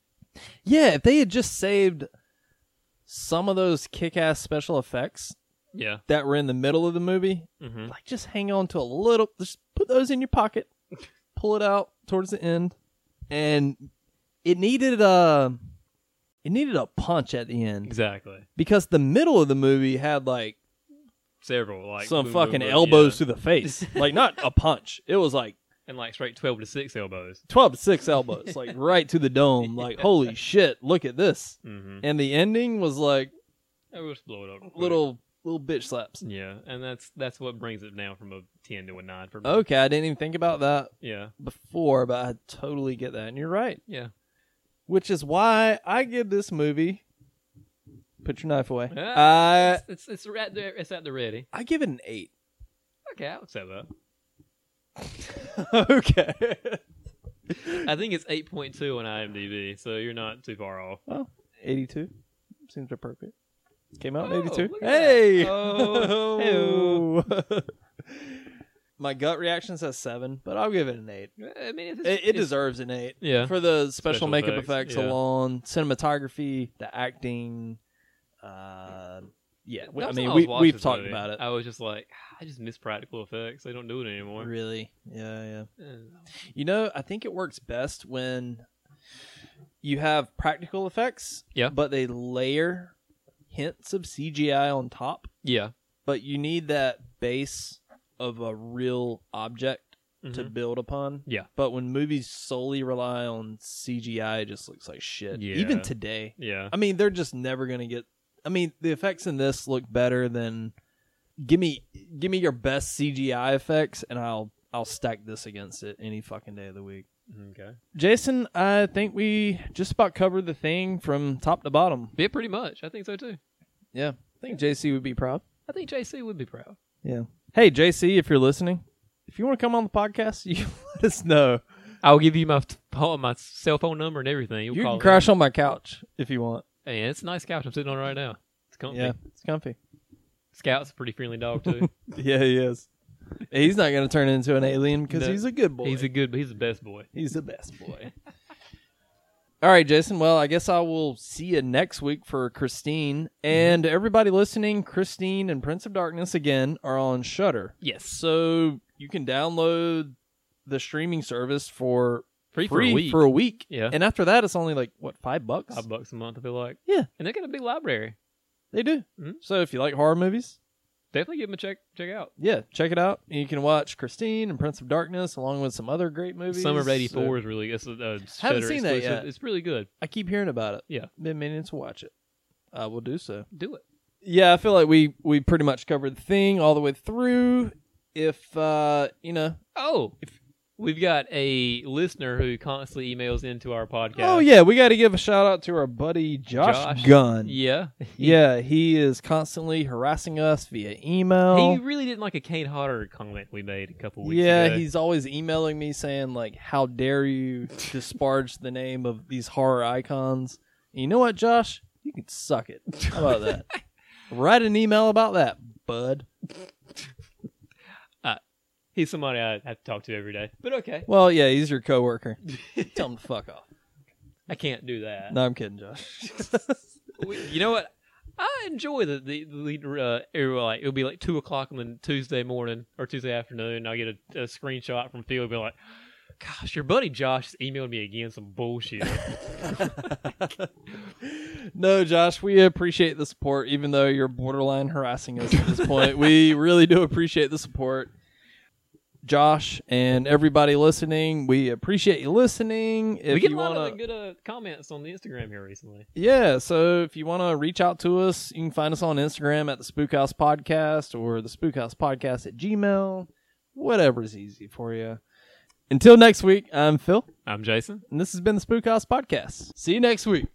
Yeah, if they had just saved some of those kick-ass special effects Yeah. that were in the middle of the movie, Mm-hmm. like just hang on to a little, just put those in your <laughs> pocket, pull it out towards the end, and it needed a it needed a punch at the end Exactly. because the middle of the movie had like Several like some boom, boom, fucking boom, elbows yeah. to the face, <laughs> like not a punch. It was like and like straight twelve to six elbows. twelve to six elbows, <laughs> like right to the dome. Like holy shit, look at this! Mm-hmm. And the ending was like I will just blow it up. quick. little little bitch slaps. Yeah, and that's that's what brings it down from a ten to a nine for me. Okay, I didn't even think about that Yeah. before, but I totally get that, and you're right. Yeah. Which is why I give this movie. Put your knife away. Ah, I it's, it's it's at the it's at the ready. I give it an <laughs> eight. Okay, I'll accept that. okay. I think it's eight point two on IMDb, so you're not too far off. Eighty-two seems appropriate. Came out in Oh, eighty-two. look at that. Hey. <laughs> <laughs> Oh. Hey-o. My gut reaction says seven, but I'll give it an eight. I mean, it's, It, it it's- deserves an eight. Yeah, for the special, Special makeup effects, effects, yeah. alone, cinematography, the acting. Uh, yeah, we- I That's mean, why we, was watching we've this talked movie. about it. I was just like, I just miss practical effects. They don't do it anymore. Really? Yeah, yeah. Eh, You know, I think it works best when you have practical effects, Yeah. but they layer hints of CGI on top. Yeah, But you need that base of a real object to Mhm. build upon. Yeah. But when movies solely rely on CGI, it just looks like shit. Yeah. Even today. yeah. I mean, they're just never gonna get. I mean, the effects in this look better than. Give me, give me your best CGI effects, and I'll I'll stack this against it any fucking day of the week. Okay. Jason, I think we just about covered the thing from top to bottom. Yeah, pretty much. I think so too. Yeah, I think JC would be proud. I think JC would be proud. Yeah. Hey, JC, if you're listening, if you want to come on the podcast, <laughs> you let us know. I'll give you my t- phone- my cell phone number and everything. You'll You call can it. crash on my couch if you want. Hey, it's a nice couch I'm sitting on right now. It's comfy. Yeah, it's comfy. Scout's a pretty friendly dog <laughs> too. Yeah, he is. He's not going to turn into an alien because No. he's a good boy. he's a good. He's the best boy. He's the best boy. All <laughs> All right, Jason. Well, I guess I will see you next week for Christine and everybody listening. Christine and Prince of Darkness again are on Shutter, Yes. so you can download the streaming service for Free, free for a week. week. yeah. And after that, it's only like what five bucks? Five bucks a month, I feel like. Yeah. And they got a big library. They do. Mhm. So if you like horror movies, Definitely give them a check check out. yeah, check it out. And you can watch Christine and Prince of Darkness along with some other great movies. Summer of So- '84 is really it's a, a uh, Haven't Shudder seen that exclusive. yet. It's really good. I keep hearing about it. Yeah. Been meaning to watch it. I will do so. Do it. Yeah, I feel like we we pretty much covered the thing all the way through. If uh, you know, Oh, we've got a listener who constantly emails into our podcast. oh yeah, we got to give a shout out to our buddy Josh, Josh. Gunn. <laughs> yeah. Yeah, he is constantly harassing us via email. He really didn't like a Kane Hodder comment we made a couple weeks Oh. yeah, ago. he's always emailing me saying like, "How dare you disparage the name of these horror icons?" And you know what, Josh? You can suck it. How about that? Write an email about that, bud. he's somebody I have to talk to every day. But okay, Well, yeah, he's your coworker. Tell him to fuck off. I can't do that. No, I'm kidding, Josh. We- you know what? I enjoy the the, the uh, it will, like it'll be like two o'clock on the Tuesday morning or Tuesday afternoon. and I'll get a, a screenshot from Phil. and Be like, "Gosh, your buddy Josh has emailed me again some bullshit." no, Josh, we appreciate the support, even though you're borderline harassing us at <laughs> this point. we really do appreciate the support. Josh and everybody listening, we appreciate you listening. If we get a you lot wanna, of good uh, comments on the Instagram here recently. yeah, so if you want to reach out to us, you can find us on Instagram at the Spook House Podcast or the Spook House Podcast at Gmail, whatever's easy for you. Until next week, I'm Phil, I'm Jason. and this has been the Spook House Podcast. See you next week.